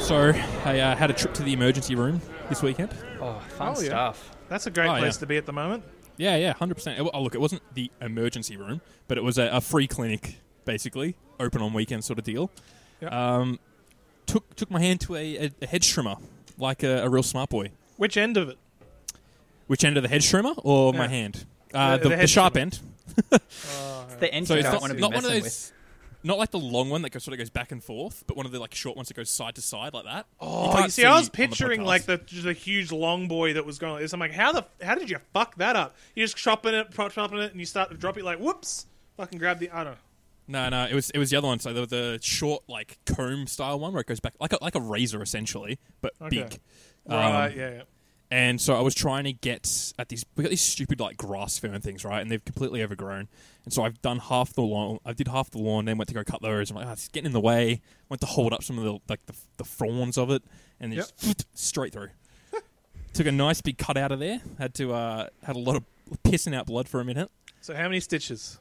So I uh, had a trip to the emergency room this weekend. Oh, fun Oh, yeah. stuff. That's a great Oh, place yeah. to be at the moment. Yeah, yeah, hundred percent. Oh, look, it wasn't the emergency room, but it was a, a free clinic, basically open on weekends sort of deal. Yeah. Um, took took my hand to a, a, a hedge trimmer, like a, a real smart boy. Which end of it? Which end of the hedge trimmer or my Yeah. hand? Uh, The- the, the the, hedge sharp trimmer. end. Oh, It's the end So you it's don't not, want to be not one messing of those, with. not like the long one that goes, sort of goes back and forth, but one of the like short ones that goes side to side like that. Oh, you can't see, I was on the picturing podcast. like the the huge long boy that was going like this. I'm like, how the how did you fuck that up? You're just chopping it, pro- chopping it, and you start to drop it like, whoops, fucking grab the. I don't. know. No, no, it was it was the other one. So the, the short like comb style one where it goes back like a, like a razor essentially, but Okay. big. Right? Um, yeah, yeah. And so I was trying to get at these. We got these stupid like grass fern things, right? And they've completely overgrown. And so I've done half the lawn. I did half the lawn, then went to go cut those. I'm like, ah, it's getting in the way. Went to hold up some of the like the, the fronds of it, and Yep. just straight through. Took a nice big cut out of there. Had to uh, had a lot of pissing out blood for a minute. So how many stitches?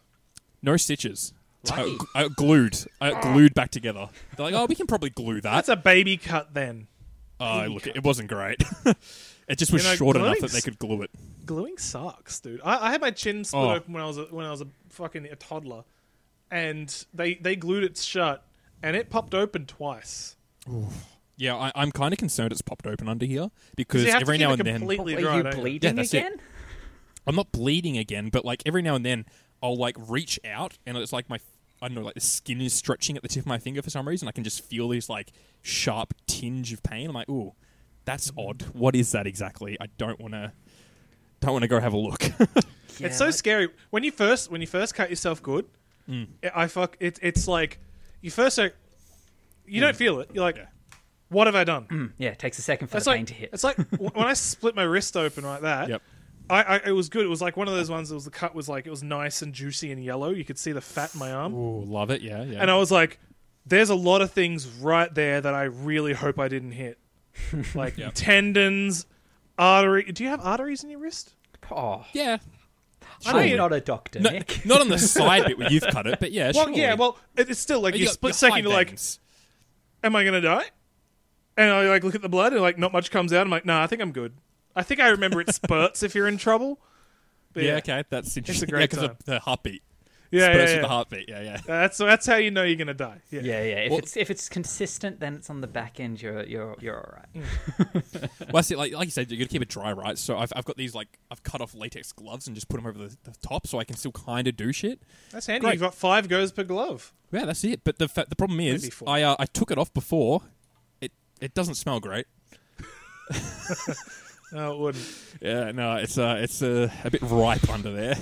No stitches. I, Lucky. I glued. I glued back together. They're like, oh, we can probably glue that. That's a baby cut then. Oh, look, it wasn't great. it just was You know, short enough that gluing's- they could glue it. Gluing sucks, dude. I, I had my chin split Oh. open when I was a, when I was a fucking a toddler, and they they glued it shut, and it popped open twice. Yeah, I, I'm kind of concerned it's popped open under here because you have to every keep now it and then complete- Completely Were dry, you don't you? bleeding Yeah, that's it. again? I'm not bleeding again, but like every now and then I'll like reach out and it's like my I don't know, like the skin is stretching at the tip of my finger for some reason. I can just feel this like sharp tinge of pain. I'm like, ooh, that's Mm-hmm. odd. What is that exactly? I don't want to. Don't want to go have a look. it's so Yeah. scary when you first when you first cut yourself good. Mm. I I fuck it. It's like you first are, you Mm. don't feel it. You're like, what have I done? Yeah, it takes a second for It's the like pain to hit. it's like w- when I split my wrist open like that. Yep. I, I it was good. It was like one of those ones. that was the cut was like it was nice and juicy and yellow. You could see the fat in my arm, Ooh, love it. Yeah, yeah. and I was like, "There's a lot of things right there that I really hope I didn't hit, like Yep. tendons, artery. Do you have arteries in your wrist? oh, yeah. I I'm mean- not a doctor, No, Nick. not on the side bit where you've cut it, but yeah. Well, surely. yeah. Well, it, it's still like You you got- split your second. high You're like, veins. am I gonna die? And I like look at the blood and like not much comes out. I'm like, nah, I think I'm good. I think I remember it spurts if you're in trouble. But yeah, okay, that's interesting. great yeah, because time. the, the heartbeat. Yeah, Spurs yeah, with yeah. the heartbeat. Yeah, yeah. That's that's how you know you're gonna die. Yeah. Yeah, yeah. If Well- it's if it's consistent, then it's on the back end. You're you're you're all right. Well, that's it. Like, like you said, you got to keep it dry, right? So I've, I've got these like I've cut off latex gloves and just put them over the, the top, so I can still kind of do shit. That's handy. Great. You've got five goes per glove. Yeah, that's it. But the fa- the problem Maybe is, four. I uh, I took it off before. It it doesn't smell great. No, it wouldn't. Yeah, no, it's uh it's uh, a bit ripe under there.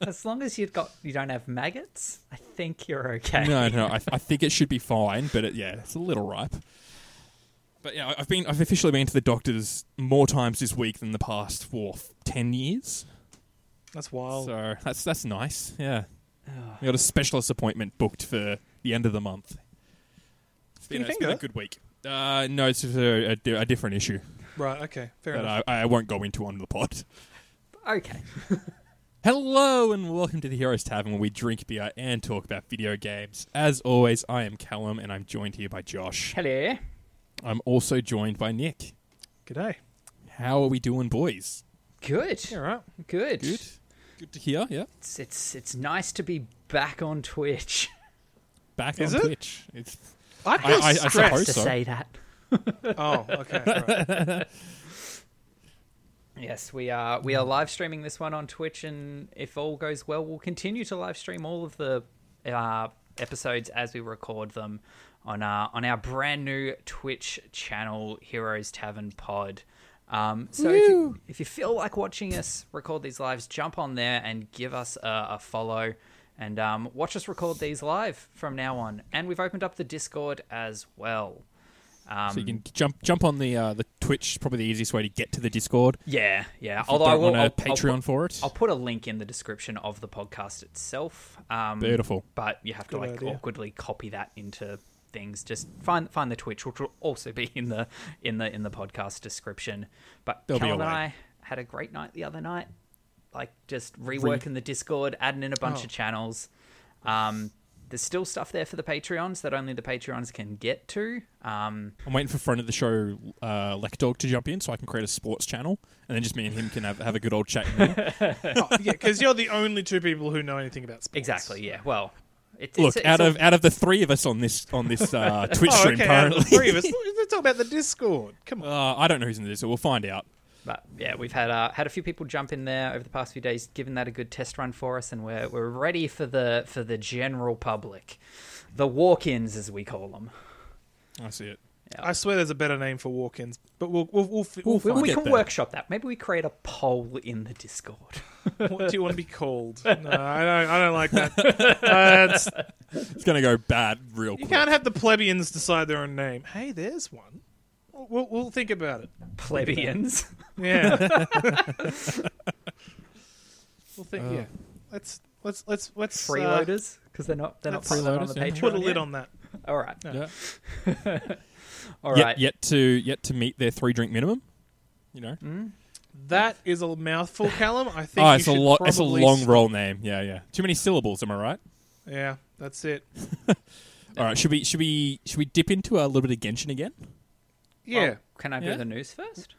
As long as you've got you don't have maggots, I think you're okay. No, no, I, I think it should be fine, but it, yeah, it's a little ripe. But yeah, I- I've been I've officially been to the doctors more times this week than the past for ten years. That's wild. So that's that's nice. Yeah, Oh, we got a specialist appointment booked for the end of the month. It's been, Can you a- it's finger been a it? good week. Uh, no, it's just a, a, di- a different issue Right. Okay. Fair that enough. I, I won't go into on the pod. Okay. Hello and welcome to the Heroes Tavern, where we drink beer and talk about video games. As always, I am Callum, and I'm joined here by Josh. Hello. I'm also joined by Nick. G'day. How are we doing, boys? Good. Yeah. Right. Good. Good. Good to hear. Yeah. It's, it's it's nice to be back on Twitch. Back Is on it? Twitch. It's I I- feel I- I stressed. suppose to so. say that. oh. Okay. Right. Yes, we are we Mm. are live streaming this one on Twitch, and if all goes well, we'll continue to live stream all of the uh, episodes as we record them on our on our brand new Twitch channel, Heroes Tavern Pod. Um, so if you, if you feel like watching us record these lives, jump on there and give us a, a follow, and um, watch us record these live from now on. And we've opened up the Discord as well. Um, So you can jump jump on the uh, the Twitch. Probably the easiest way to get to the Discord. yeah, yeah. If you Although I don't will want a I'll- I'll put- Patreon for it. I'll put a link in the description of the podcast itself. Um, Beautiful. But you have to Good like idea. awkwardly copy that into things. Just find find the Twitch, which will also be in the in the in the podcast description. But There'll be Callum a and way. I had a great night the other night. Like just reworking the Discord, adding in a bunch Oh. of channels. Um, There's still stuff there for the Patreons that only the Patreons can get to. Um, I'm waiting for friend of the show, uh, Lekdog, to jump in so I can create a sports channel, and then just me and him can have, have a good old chat. in there. Oh, yeah, because you're the only two people who know anything about sports. exactly. Yeah. Well, it's, Look, it's, out it's of out of the three of us on this on this uh, Twitch Oh, stream okay. out of the currently, three of us. Let's talk about the Discord. Come on. uh, I don't know who's in this, so we'll find out. But yeah, we've had uh, had a few people jump in there over the past few days, giving that a good test run for us, and we're we're ready for the for the general public, the walk-ins as we call them. I see it. I swear there's a better name for walk-ins, but we'll we'll we'll, fi- we'll, We'll We, I'll we get can there. workshop that. Maybe we create a poll in the Discord. what do you want to be called? No, I don't. I don't like that. Uh, it's- It's gonna go bad real you quick. can't have the plebeians decide their own name. Hey, there's one. We'll we'll, we'll think about it. Plebeians. Yeah. we'll think. Uh. yeah. Let's let's let's let's uh, freeloaders because they're not they're not that's- part of that on the Freeloaders, yeah. Patreon. put a lid yet. on that. All right, Yeah. all yet, right. yet to yet to meet their three drink minimum. You know, Hmm? That is a mouthful, Callum. I think. oh, you it's a should lo- it's a probably long s- roll name. Yeah, yeah. Too many syllables. Am I right? Yeah, that's it. Oh, All right. Should we should we should we dip into a little bit of Genshin again? Yeah. Well, Oh, can I do Yeah. the news first?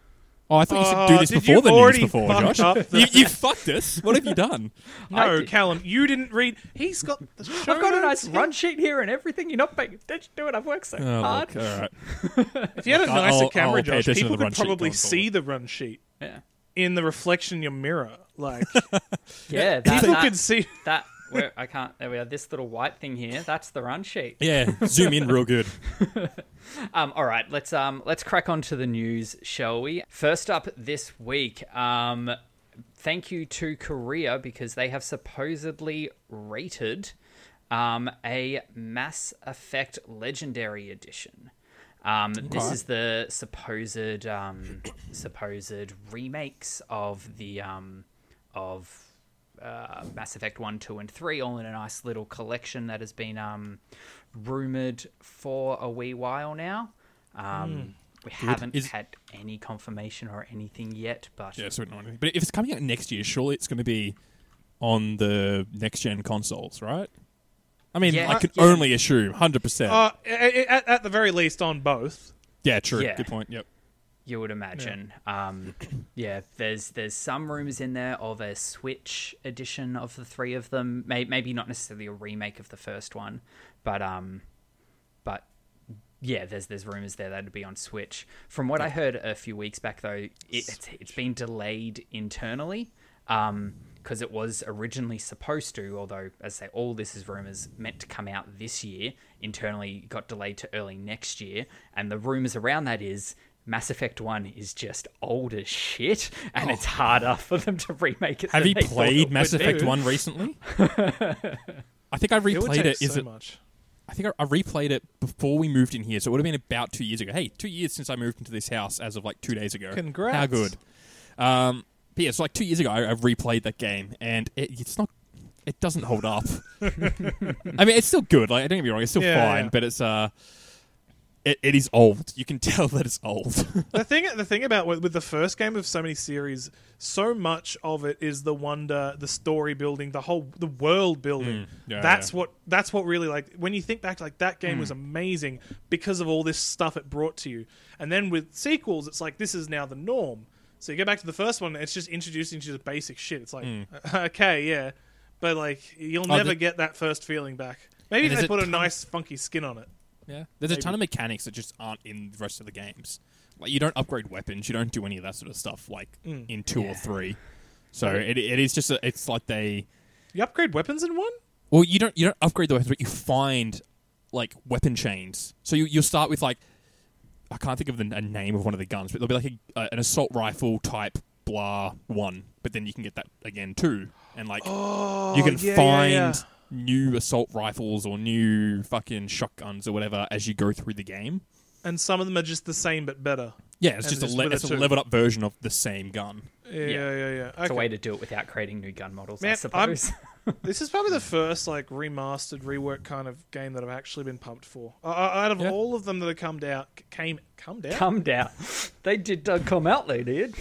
Oh, I thought you Oh, said do this did before you the already news before, fuck Josh. up the- you, you fucked us. What have you done? I no, did. Callum, you didn't read. He's got the show I've got a notes nice here. run sheet here and everything. You're not paying attention to it. I've worked so Oh, hard. look, all right. If you had a I'll- nicer I'll camera, pay Josh, attention to people the run could sheet probably going see the run sheet Yeah, in the reflection in your mirror. Like yeah. That, people that, could see. that where I can't. There we are. This little white thing here. That's the run sheet. Yeah, zoom in real good. Um, all right, let's um, let's crack on to the news, shall we? First up this week, um, thank you to Korea because they have supposedly rated um, a Mass Effect Legendary Edition. Um, This is the supposed um, supposed remakes of the um, of uh, Mass Effect 1, 2, and 3, all in a nice little collection that has been um, rumored for a wee while now. Um, We haven't Is- had any confirmation or anything yet, but Yeah, so we don't know anything. But if it's coming out next year, surely it's going to be on the next gen consoles, right? I mean, Yeah. I can Yeah. only assume, hundred percent. Uh, a- a- at, at the very least, on both. Yeah, true. yeah. Good point. Yep. you would imagine. Um, yeah, there's there's some rumors in there of a Switch edition of the three of them. May, maybe not necessarily a remake of the first one, but um, but yeah, there's there's rumors there that'd be on Switch. From what I heard a few weeks back, though, it, it's it's been delayed internally because it was originally supposed to. Although, as I say, all this is rumors meant to come out this year. Internally, got delayed to early next year, and the rumors around that is. Mass Effect One is just old as shit, and it's harder for them to remake it. Oh. Have than you they thought it played Mass would be. Effect One recently? I think I It would replayed take it. Is so it? much. I think I, I replayed it before we moved in here, so it would have been about two years ago. Hey, two years since I moved into this house as of like two days ago. Congrats. How good. Um, but yeah, so like two years ago, I, I replayed that game, and it, it's not. It doesn't hold up. I mean, it's still good. Like, don't get me wrong, it's still Yeah, fine, yeah. but it's uh, it, it is old. You can tell that it's old. the thing the thing about with, with the first game of so many series so much of it is the wonder the story building the whole the world building Mm, yeah, that's yeah. Mm. what that's what really like when you think back like that game was amazing because of all this stuff it brought to you and then with sequels it's like this is now the norm so you go back to the first one it's just introducing you to the basic shit it's like okay yeah but like you'll Mm. Oh, never the- get that first feeling back maybe And is if they it put a ton- nice funky skin on it Yeah, there's a ton of mechanics that just aren't in the rest of the games. Like you don't upgrade weapons, you don't do any of that sort of stuff. Like Mm. in two Yeah. or three, so it, it is just a, it's like they you upgrade weapons in one well you don't you don't upgrade the weapons, but you find like weapon chains. So you you start with like I can't think of the a name of one of the guns, but there'll be like a, uh, an assault rifle type blah one, but then you can get that again too, and like oh you can yeah, yeah, find yeah. new assault rifles or new fucking shotguns or whatever as you go through the game. and some of them are just the same but better. Yeah, it's And just a, just le- with a it's a two. leveled up version of the same gun. Yeah, yeah, yeah. It's a Okay. way to do it without creating new gun models, I Man, I'm- suppose. this is probably the first like remastered, rework kind of game that I've actually been pumped for. Uh, out of Yeah. all of them that have come out, came come down. come down. They did uh, come out, they did.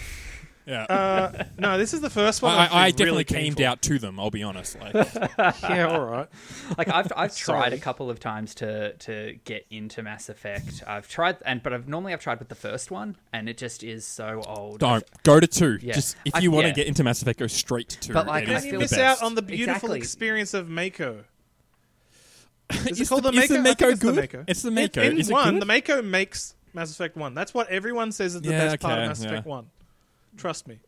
Yeah. Uh, no, this is the first one. I, that's been I definitely really came painful. down to them. I'll be honest. Like, Yeah, all right. Like I've I've tried Sorry. a couple of times to to get into Mass Effect. I've tried and but I've normally I've tried with the first one and it just is so old. don't go to two. Yeah. Just if I- you want to yeah. get into Mass Effect, go straight to two. But, like, It I is feel Then the you miss best. out on the beautiful Exactly. experience of Mako. Is it Is called the- the, is Mako? the I Mako think good? It's the It's the Mako. Mako. In, in Is it one, good? the Mako makes Mass Effect one. That's what everyone says is the Yeah, best part okay, of Mass yeah. Effect one. Trust me.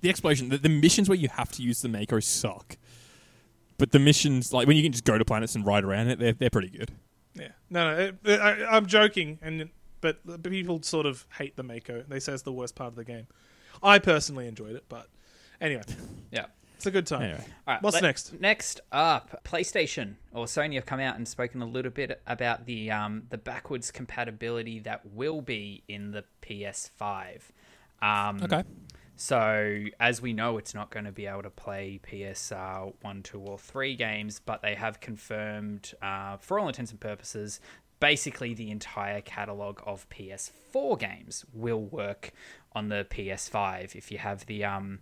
the explosion, the, the missions where you have to use the Mako suck. But the missions, like when you can just go to planets and ride around it, they're, they're pretty good. Yeah. No, no. It, it- I, I'm joking, and but the people sort of hate the Mako. They say it's the worst part of the game. I personally enjoyed it, but anyway, Yeah. it's a good time. Anyway. All right, What's let- next? Next up, PlayStation or Sony have come out and spoken a little bit about the um, the backwards compatibility that will be in the PS5. Um, Okay. So as we know, it's not going to be able to play PSR one, two, or three games, but they have confirmed, uh, for all intents and purposes, basically the entire catalog of PS4 games will work on the PS5 if you have the um,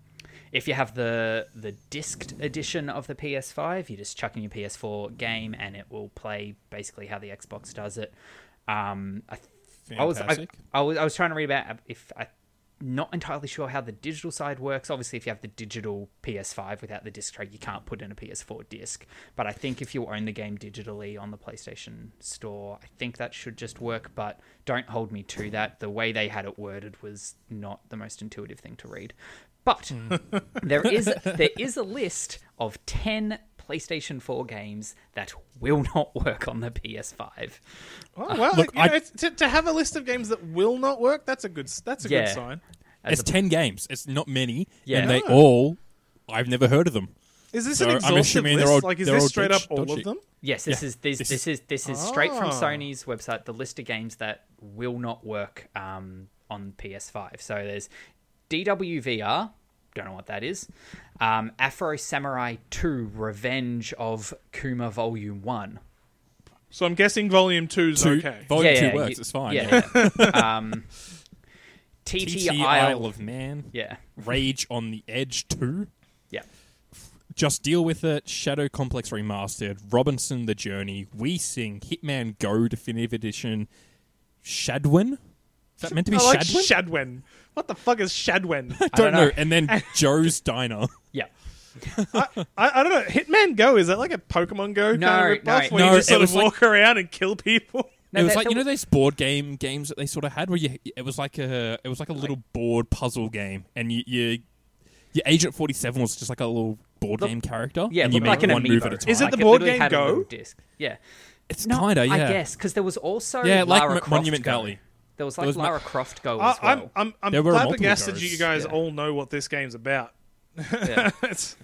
if you have the the disc edition of the PS5, you just chuck in your PS4 game and it will play basically how the Xbox does it. Um, I, th- I was I, Fantastic. I was I was trying to read about if I not entirely sure how the digital side works. Obviously, if you have the digital PS5 without the disc tray, you can't put in a PS4 disc. But I think if you own the game digitally on the PlayStation Store, I think that should just work. But don't hold me to that. The way they had it worded was not the most intuitive thing to read. But there is there is a list of ten PlayStation 4 games that will not work on the PS5. Oh, well, look, you I- know, it's- to, to have a list of games that will not work, that's a good. s- That's a Yeah. good sign. As it's a- 10 games. It's not many. Yeah. And they No. all, I've never heard of them. Is this So, an I'm exhaustive assuming they're list? all- like, is they're this all straight dodgy- up all dodgy. of them? Yes, this is this This- this is this is straight from Ah. Sony's website. The list of games that will not work um, on PS5. So there's DWVR. Don't know what that is. Um, Afro Samurai 2: Revenge of Kuma Volume One. So I'm guessing Volume Two's Two, okay. Volume Yeah, yeah, 2 works. you- it's fine. Yeah. yeah. um, TT, TT Isle. Isle of Man. Yeah. Rage on the Edge 2. Yeah. Just Deal With It, Shadow Complex Remastered, Robinson the Journey, We Sing, Hitman Go Definitive Edition, Shadwin? Is that meant to be I like Shadwin? Shadwen. What the fuck is Shadwen? I don't I don't know. And then Joe's Diner. Yeah. I, I don't know. Hitman Go is that like a Pokemon Go No, kind of ripoff no, where no, you just it sort was of walk around and kill people? No, it was that- like that you know w- those board game games that they sort of had where you it was like a it was like a little board puzzle game and you, you your Agent Forty Seven was just like a little board Look- game character. Yeah, and you looked make like an one amiibo. move at a time. Is it Like, the board literally game had a little Go? Disc. Yeah. It's No, kinda yeah. I guess because there was also Yeah, like Lara Mo- Croft Monument Go. Valley. There was like was Mo- Lara Croft Go I, as well. I'm I'm, I'm There were multiple flabbergasted goes. you guys Yeah. all know what this game's about. Yeah. It's-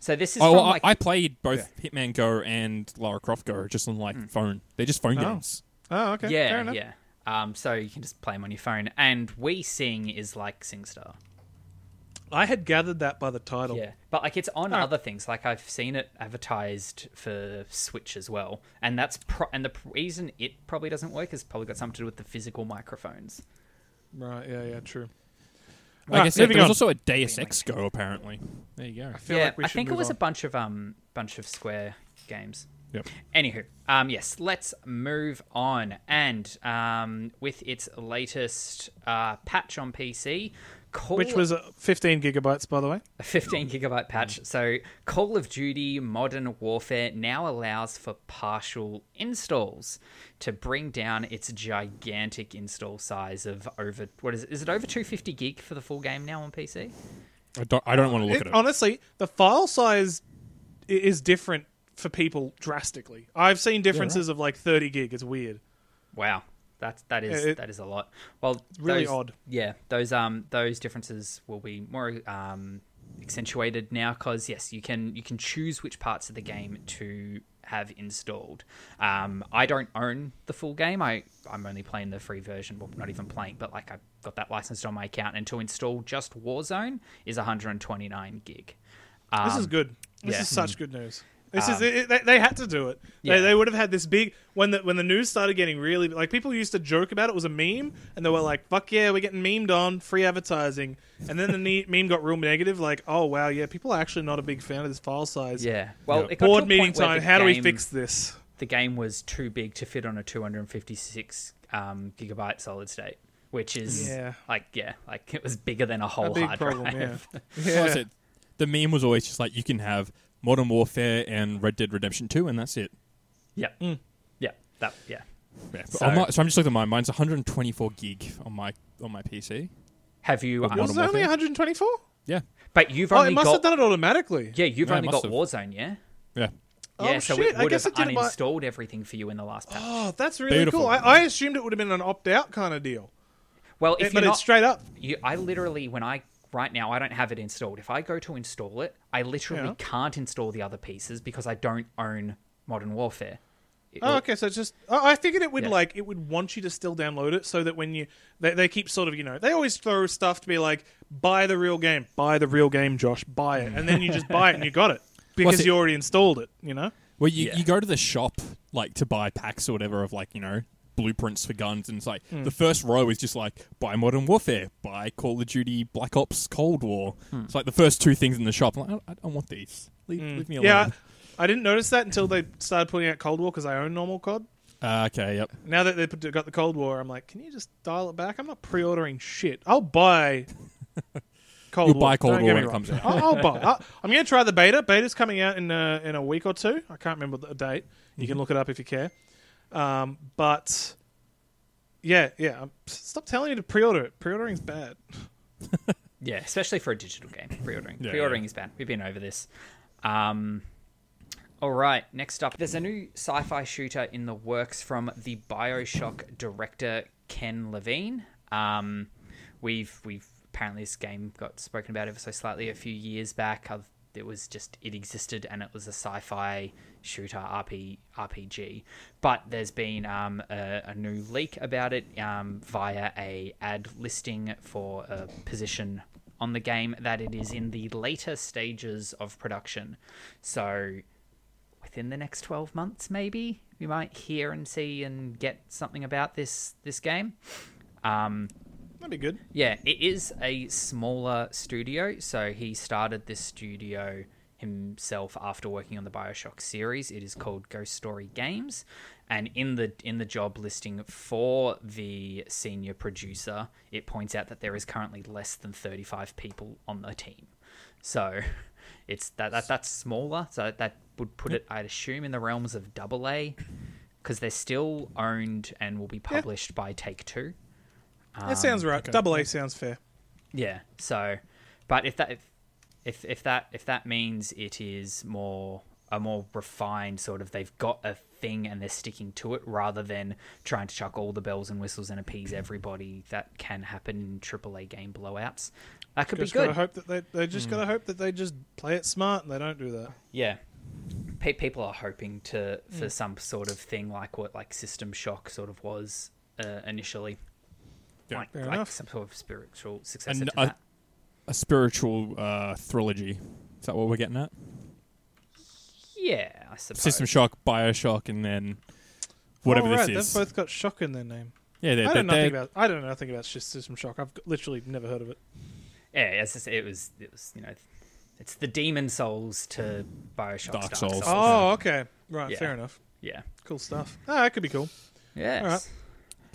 So this is Oh, from well, I- like I played both Hitman Go and Lara Croft Go just on like phone. They're just phone Oh. games. oh, okay. fair yeah enough. yeah. Um, so you can just play them on your phone, and We Sing is like SingStar. I had gathered that by the title. Yeah, but like it's on Alright. other things. Like I've seen it advertised for Switch as well, and that's pro- and the reason it probably doesn't work is probably got something to do with the physical microphones. Right. Yeah. Yeah. True. Like Alright, I said, moving there was also on. a Deus Ex Go apparently. There you go. feel yeah, like we I should think it move was a on. bunch of um bunch of Square games. Yep. Anywho, um, yes, let's move on. And um, with its latest uh, patch on PC, Call Which was Mm. uh, 15 gigabytes, by the way. a 15 gigabyte patch. So, Call of Duty Modern Warfare now allows for partial installs to bring down its gigantic install size of over what is it? Is it over 250 gig for the full game now on PC? I don't I don't want to look It- at it. Honestly, the file size i- is different for people drastically. I've seen differences of like 30 gig. It's weird. Wow. That's that is It- that is a lot. Well, really those- odd. Yeah, those um those differences will be more um accentuated now because yes, you can you can choose which parts of the game to have installed. Um, I don't own the full game. I I'm only playing the free version. Well, not even playing, but like I've got that licensed on my account. And to install just Warzone is 129 gig. Um, This is good. This yeah. Um, is such good news. This is it, they, they had to do it. yeah. They, they would have had this big when the when the news started getting really like people used to joke about it, it was a meme, and they were like, "Fuck yeah, we're getting memed on free advertising." And then the ne- meme got real negative, like, "Oh wow, yeah, people are actually not a big fan of this file size." Yeah. Well, it got to Board a meeting point where time. the How do we game- fix this? The game was too big to fit on a 256 um, gigabyte solid state, which is Yeah. like yeah, like it was bigger than a whole A big hard problem. drive. Yeah. Well, that's it. The meme was always just like you can have Modern Warfare and Red Dead Redemption Two, and that's it. Yeah. yeah. Hmm. That yeah. Yeah, but So- on my- so, I'm just looking at mine. Mine's 124 gig on my on my PC. Have you? Um, Was it only Warfare? 124? Yeah, but you've Oh, only it must got have done it automatically. yeah, you've Yeah, it only must got have. Warzone, yeah. yeah. Oh, yeah, so shit, it I would have guess it didn't buy- uninstalled everything for you in the last patch. Oh, that's really Beautiful. cool. I, I assumed it would have been an opt out kind of deal, well, if It- you're but not, it's straight up. you, I literally when I right now I don't have it installed. If I go to install it, I literally Yeah. can't install the other pieces because I don't own Modern Warfare. It- Oh, okay, so it's just oh, I figured it would Yeah. like it would want you to still download it so that when you they, they keep sort of you know they always throw stuff to be like buy the real game, buy the real game, Josh, buy it, and then you just buy it and you got it because see- you already installed it, you know. Well, you, Yeah. you go to the shop like to buy packs or whatever of like you know blueprints for guns, and it's like Hmm. the first row is just like buy Modern Warfare, buy Call of Duty Black Ops Cold War. It's like the first two things in the shop. I'm like, I, I don't want these. Leave, leave me alone. Hmm. Yeah, I didn't notice that until they started putting out Cold War because I own normal COD. Uh, okay. Yep. Now that they put, got the Cold War, I'm like, can you just dial it back? I'm not pre-ordering shit. I'll buy Cold You'll War. buy Cold Don't War get when me it wrong. comes out. I'll, I'll buy. it. I'll, I'm going to try the beta. Beta's coming out in a, in a week or two. I can't remember the date. You Mm-hmm. can look it up if you care. Um, but yeah, yeah. um, Stop telling me to pre-order it. Pre-ordering's bad. Yeah, especially for a digital game, pre-ordering. Yeah, pre-ordering is bad. We've been over this. Um, all right, next up, there's a new sci-fi shooter in the works from the BioShock director Ken Levine. Um, we've we've apparently this game got spoken about ever so slightly a few years back. I've, it was just it existed and it was a sci-fi shooter RP, RPG. But there's been um, a, a new leak about it um, via a ad listing for a position on the game that it is in the later stages of production. So within the next 12 months maybe we might hear and see and get something about this this game. Um, That'd be good. yeah, it is a smaller studio. So he started this studio himself after working on the BioShock series. It is called Ghost Story Games, and in the in the job listing for the senior producer, it points out that there is currently less than 35 people on the team. So it's that, that that's smaller. So that would put it, I'd assume, in the realms of double A, because they're still owned and will be published by Take Two. Um, that sounds right. Double A sounds fair. Yeah. So, but if that if, if if that if that means it is more a more refined sort of they've got a thing and they're sticking to it rather than trying to chuck all the bells and whistles and Mm-hmm. appease everybody that can happen in AAA game blowouts. That could Just be gotta good. hope that they they just Mm. gotta hope that they just play it smart and they don't do that. Yeah. Pe- people are hoping to for Mm. some sort of thing like what like System Shock sort of was uh, initially. Yeah. like Fair like enough. some sort of spiritual successor And to a, that. a spiritual uh, trilogy. Is that what we're getting at? Yeah, I suppose. System Shock, Bioshock, and then whatever All right, this is. They've both got shock in their name. yeah, they're, I they're, don't know nothing they're- about. I don't know nothing about Sh- System Shock. I've g- literally never heard of it. yeah, it's just, it was it was you know, it's the Demon Souls to Bioshock Dark Souls. Oh. Oh, okay, right, Yeah. fair enough. Yeah. Cool stuff. Ah, that could be cool. Yes.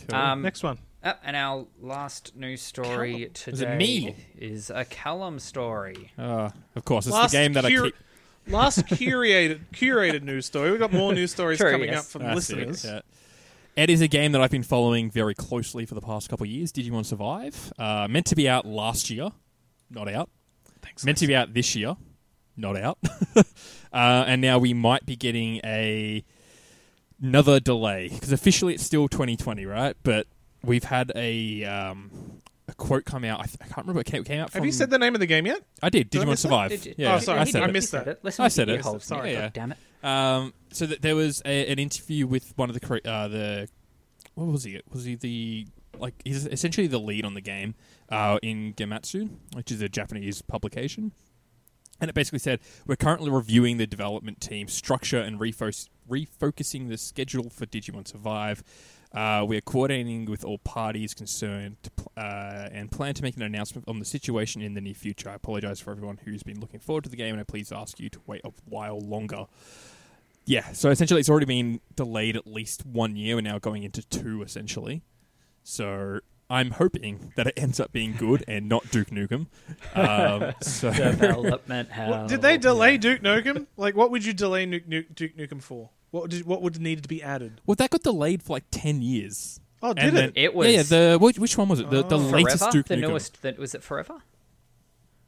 Cool. Um, Next one. uh, and our last news story today Is it me? is a Callum story. Uh, of course, it's the game that I cur- keep. last curated curated news story. We've got more news stories True, coming yes. up from That's it, listeners. Ah, yeah. It is a game that I've been following very closely for the past couple of years. Digimon Survive, uh, meant to be out last year, not out. Thanks. meant to be out this year, not out. uh, and now we might be getting a another delay because officially it's still 2020, right? But we've had a um, a quote come out. I, th- I can't remember. It came, it came out. From, Have you said the name of the game yet? I did. Did I Digimon miss that? Survive. Did you- Yeah, Oh, sorry, I he said did, it. he missed said that. it. Listen I to said the it. ear holes, Sorry. Nick, Yeah. God damn it. Um, so that there was a, an interview with one of the cre- uh, the what was he? Was he the like he's essentially the lead on the game uh, in Gematsu, which is a Japanese publication, And it basically said, we're currently reviewing the development team structure and refo- refocusing the schedule for Digimon Survive. Uh, we are coordinating with all parties concerned to pl- uh, and plan to make an announcement on the situation in the near future. I apologize for everyone who's been looking forward to the game, and I please ask you to wait a while longer. Yeah, so essentially, it's already been delayed at least one year. We're now going into two, essentially. So I'm hoping that it ends up being good and not Duke Nukem. Um, so Development hell. Uh, What- did they delay Duke Nukem? Like, what would you delay Nuke, Nuke, Duke Nukem for? What did, what would need to be added? Well, that got delayed for like ten years. Oh, did And it? then- It was- yeah. yeah, The which, which one was it? The, the Oh. latest Forever? Duke the Nukem. newest. The, was it Forever?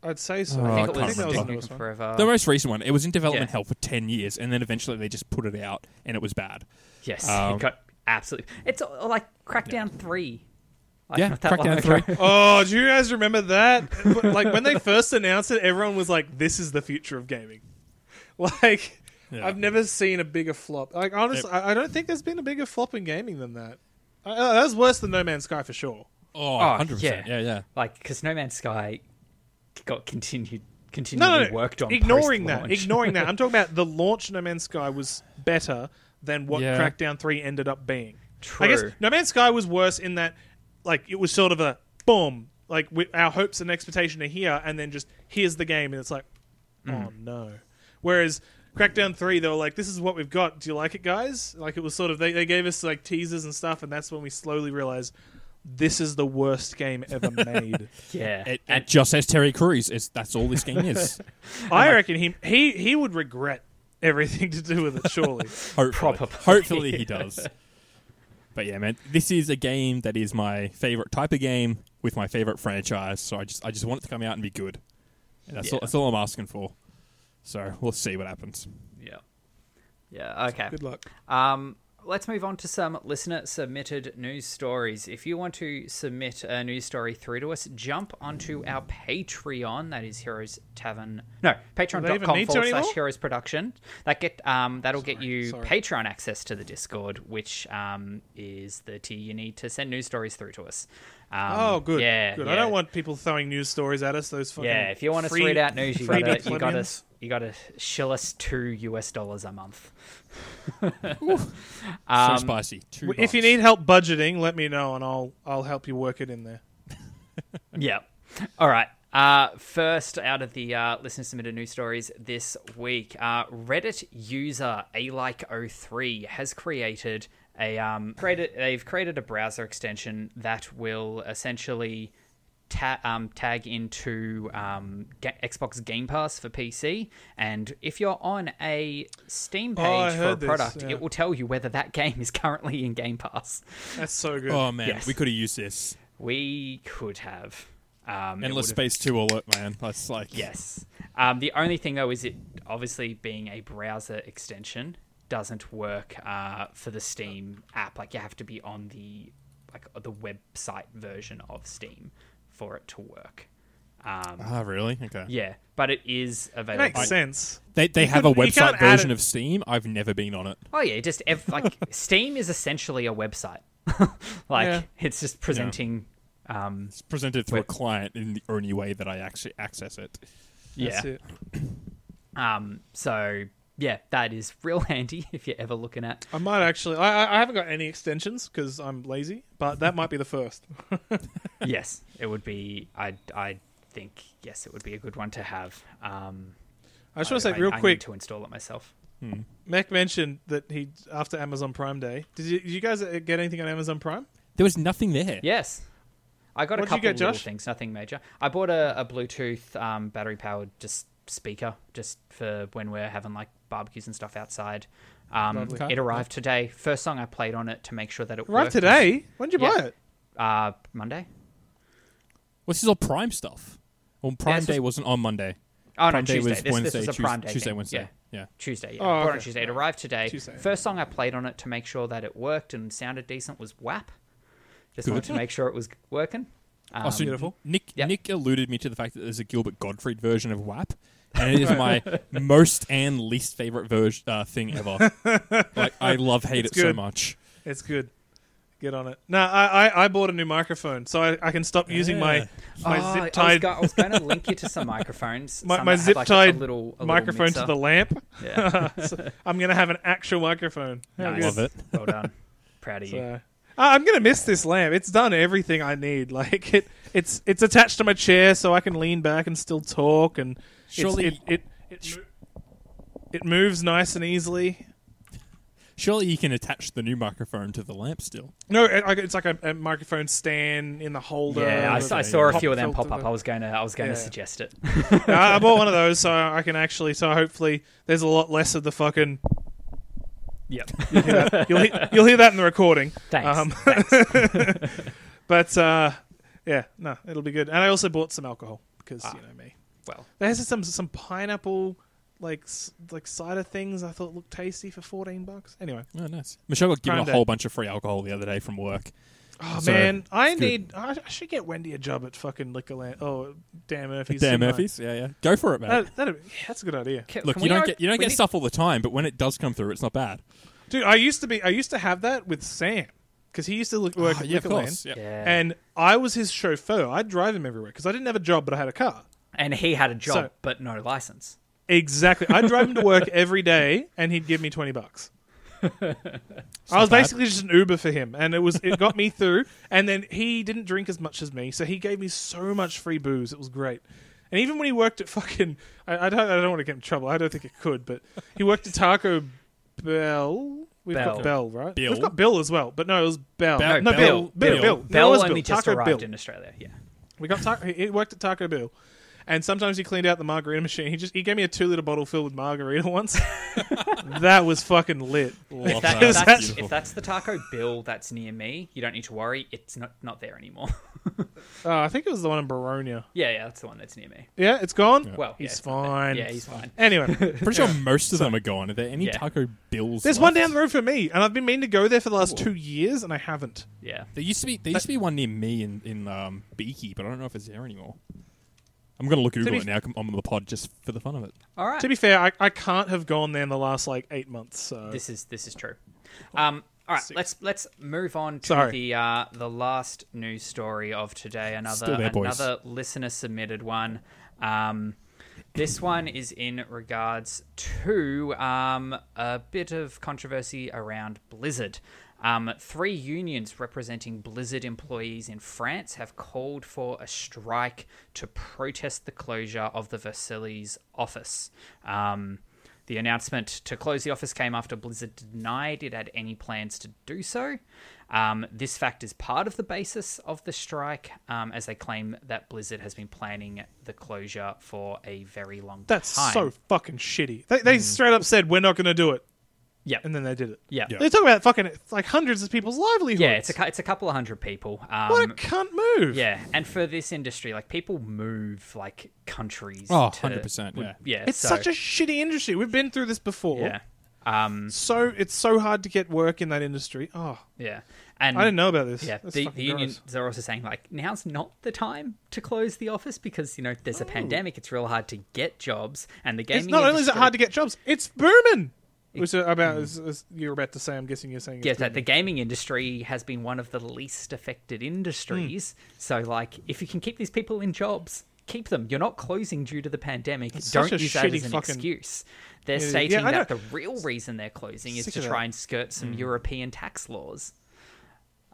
I'd say so. Oh, I think it I can't was Duke remember. the newest Nukem one. Forever. the most recent one. It was in development Oh. Yeah. hell for ten years, and then eventually they just put it out, and it was bad. yes, um, it got absolutely. It's uh, like Crackdown Three. Like, Yeah, not that long Crackdown ago. three. Oh, do you guys remember that? But, like when they first announced it, everyone was like, "This is the future of gaming." Like, Yeah. I've never seen a bigger flop. Like, honestly, I I don't think there's been a bigger flop in gaming than that. Uh, Uh, that was worse than No Man's Sky for sure. Oh, Oh, 100 percent. yeah. Yeah, yeah. Like because No Man's Sky got continued continually No, no, no. worked on. ignoring that, post-launch. ignoring that. I'm talking about the launch. of No Man's Sky was better than what Yeah. Crackdown Three ended up being. I True. guess No Man's Sky was worse in that, like, it was sort of a boom. Like we, our hopes and expectation are here, and then just here's the game, and it's like, oh Mm. no. Whereas Crackdown Three, they were like, this is what we've got. Do you like it, guys? Like it was sort of they, they gave us like teasers and stuff, and that's when we slowly realized this is the worst game ever made. yeah, It, it just says Terry Crews. It's, that's all this game is. I reckon he he he would regret everything to do with it. Surely. Hopefully. Probably. Hopefully he does. But yeah, man, this is a game that is my favorite type of game with my favorite franchise. So I just I just want it to come out and be good. And that's, all, Yeah. that's all I'm asking for. So we'll see what happens. yeah, yeah. Okay. Good luck. Um, let's move on to some listener submitted news stories. If you want to submit a news story through to us, jump onto our Patreon. That is Heroes Tavern. No, even patreon.com need to forward anymore? slash Heroes Production. That get um, that'll get you sorry. Patreon access to the Discord, which um, is the tier you need to send news stories through to us. Um, Oh, good. Yeah, good. yeah. I don't want people throwing news stories at us. Those fucking Yeah, if you want us to free, read out news, you freebie gotta you gotta plebeians. you gotta shill us two US dollars a month. Um, so spicy. Two If you bucks. need help budgeting, let me know and I'll I'll help you work it in there. yeah. All right. Uh, first out of the uh, listener submitted news stories this week, uh, Reddit user alike03 has created a um, created they've created a browser extension that will essentially ta- um, tag into um, ga- Xbox Game Pass for PC, and if you're on a Steam Oh, I page for a heard this, product, yeah. it will tell you whether that game is currently in Game Pass. That's so good. Oh man, Yes. we could have used this. We could have. Um, it Endless would've Space Two alert, man. That's like Yes. Um, the only thing though is it obviously being a browser extension doesn't work uh, for the Steam app. Like you have to be on the like the website version of Steam for it to work. Um, Ah, really? Okay. yeah, but it is it available. makes sense. They they have a couldn't- you can't website add version it- of Steam. I've never been on it. Oh yeah, just ev- like Steam is essentially a website. like Yeah. it's just presenting. Um, It's presented through Wait. a client in the only way that I actually access it. yeah. That's it. Um, so yeah, that is real handy if you're ever looking at I might actually. I I- I haven't got any extensions because I'm lazy, but that might be the first. yes, it would be. I I think yes, it would be a good one to have. Um, I just want to I- say real I, I need quick. to install it myself. Mac mentioned that he after Amazon Prime Day. Did you, did you guys uh, get anything on Amazon Prime? There was nothing there. Yes, I got What'd a you couple get, little Josh? things, nothing major. I bought a, a Bluetooth um, battery powered just speaker just for when we're having like barbecues and stuff outside. Um, Lovely. It arrived today. First song I played on it to make sure that it Right worked today. When did you Yeah. buy it? was, uh, Monday. Well, this is all Prime stuff. Well, Prime this Day was- wasn't on Monday. Oh Prime no, Day Tuesday. was this, Wednesday, this was a Tues- Prime Day Tuesday, thing. Wednesday. Yeah. Tuesday. Yeah, Oh, bought okay. on Tuesday. It arrived today. Tuesday. First song I played on it to make sure that it worked and sounded decent was WAP. Just wanted Good. to make sure it was working. Um, oh, so Beautiful. Nick Yep. Nick alluded me to the fact that there's a Gilbert Gottfried version of WAP, and it is my most and least favorite version uh, thing ever. like I love hate It's it so good. much. It's good. Get on it. No, I, I, I bought a new microphone, so I, I can stop using my my Oh, I zip was, tied go- I was going to link you to some microphones. my, some my that had, zip like, a tied little, a little microphone to mixer. the lamp. Yeah. So I'm gonna have an actual microphone. How Nice. Love good. it. well done. Proud of you. So, I- I'm gonna miss this lamp. It's done everything I need. Like it, it's it's attached to my chair, so I can lean back and still talk. And it's- Surely- it it it, mo- it moves nice and easily. Surely you can attach the new microphone to the lamp still. No, it, I- it's like a, a microphone stand in the holder. yeah, I, okay. I saw a uh, Pop few of them filter. pop up. I was going to, I was going Yeah. to suggest it. I, I bought one of those, so I can actually. So hopefully, there's a lot less of the fucking. yep. You'll, he- you'll hear that in the recording. Thanks. Um, Thanks. But uh, yeah, no, it'll be good. And I also bought some alcohol because you know me. Well, There's some some pineapple like s- like cider things I thought looked tasty for fourteen bucks. Anyway, Oh, nice. Michelle got given Prime a Day. whole bunch of free alcohol the other day from work. oh So, man, I it's good. need I I should get Wendy a job at fucking Liquorland. Oh, Dan Murphy's. Dan cinema. Murphy's. Yeah, yeah. Go for it, man. That, that'd be- yeah, that's a good idea, can- Look, you can we don't o- get you don't we get need- stuff all the time, but when it does come through, it's not bad. dude. I used to be I used to have that with Sam because he used to look, work Oh, at yeah, of Liquorland, course. Yeah. Yeah. And, and I was his chauffeur. I'd drive him everywhere because I didn't have a job, but I had a car. he had a job, So- but no license. Exactly. I'd drive him to work every day, and he'd give me twenty bucks. I bad. was basically just an Uber for him, and it was it got me through. And then he didn't drink as much as me, so he gave me so much free booze. It was great. And even when he worked at fucking, I, I don't, I don't want to get in trouble. I don't think it could, but he worked at Taco Bell. We've got Bell. Bell, right? Bill. We've got Bill as well, but no, it was Bell. Bell- no, Bill. Bill. Bill. Bill. No, it Bell was only Bill. just Taco arrived Bill. in Australia. Yeah. We got taco. It worked at Taco Bell, and sometimes he cleaned out the margarita machine. He just he gave me a two liter bottle filled with margarita once. that was fucking lit. Love That- that. if, that's, Beautiful. if that's the Taco Bill that's near me, you don't need to worry. It's not not there anymore. Oh, I think it was the one in Baronia. yeah, yeah, that's the one that's near me. Yeah, it's gone. Well, yeah, he's it's not there. fine. Yeah, he's fine. Anyway, Pretty sure most of them are gone. Are there any Yeah. Taco Bills? there's left? one down the road for me, and I've been meaning to go there for the last Cool. two years, and I haven't. Yeah. There used to be there used to be one near me in in um, Beaky, but I don't know if it's there anymore. I'm gonna look Google be- it now. I'm on the pod just for the fun of it. All right. To be fair, I, I can't have gone there in the last like eight months. So This is this is true. Um, all right, Six. let's let's move on to Sorry. the uh, the last news story of today. Another Still there, boys. another listener submitted one. Um, this one is in regards to um, a bit of controversy around Blizzard. Um, three unions representing Blizzard employees in France have called for a strike to protest the closure of the Versailles office. Um, the announcement to close the office came after Blizzard denied it had any plans to do so. Um, this fact is part of the basis of the strike, um, as they claim that Blizzard has been planning the closure for a very long that's time. Mm. so fucking shitty. They, they straight up said we're not going to do it, yeah, and then they did it. yeah, Yeah. They talk about fucking like hundreds of people's livelihoods. yeah. It's a cou- it's a couple of hundred people. Um, what a cunt move. yeah, and for this industry, like people move like countries. Oh, to- 100%, would- yeah. yeah. It's so- such a shitty industry. We've been through this before. yeah, um, So it's so hard to get work in that industry. Oh, yeah, and I didn't know about this. Mm. Yeah, That's the, fucking the unions gross. are also saying like now's not the time to close the office because you know there's a pandemic. It's real hard to get jobs, and the gaming. It's not only is it industry- Mm. hard to get jobs, it's booming. Which are about as, as you were about to say. I'm guessing you're saying. Yeah, it's that the booming. gaming industry has been one of the least affected industries. Hmm. So, like, if you can keep these people in jobs, keep them. You're not closing due to the pandemic. such Don't a use that shitty as an fucking- excuse. They're yeah, stating I that the know. real reason they're closing is Sick to of that. Hmm. try and skirt some European tax laws.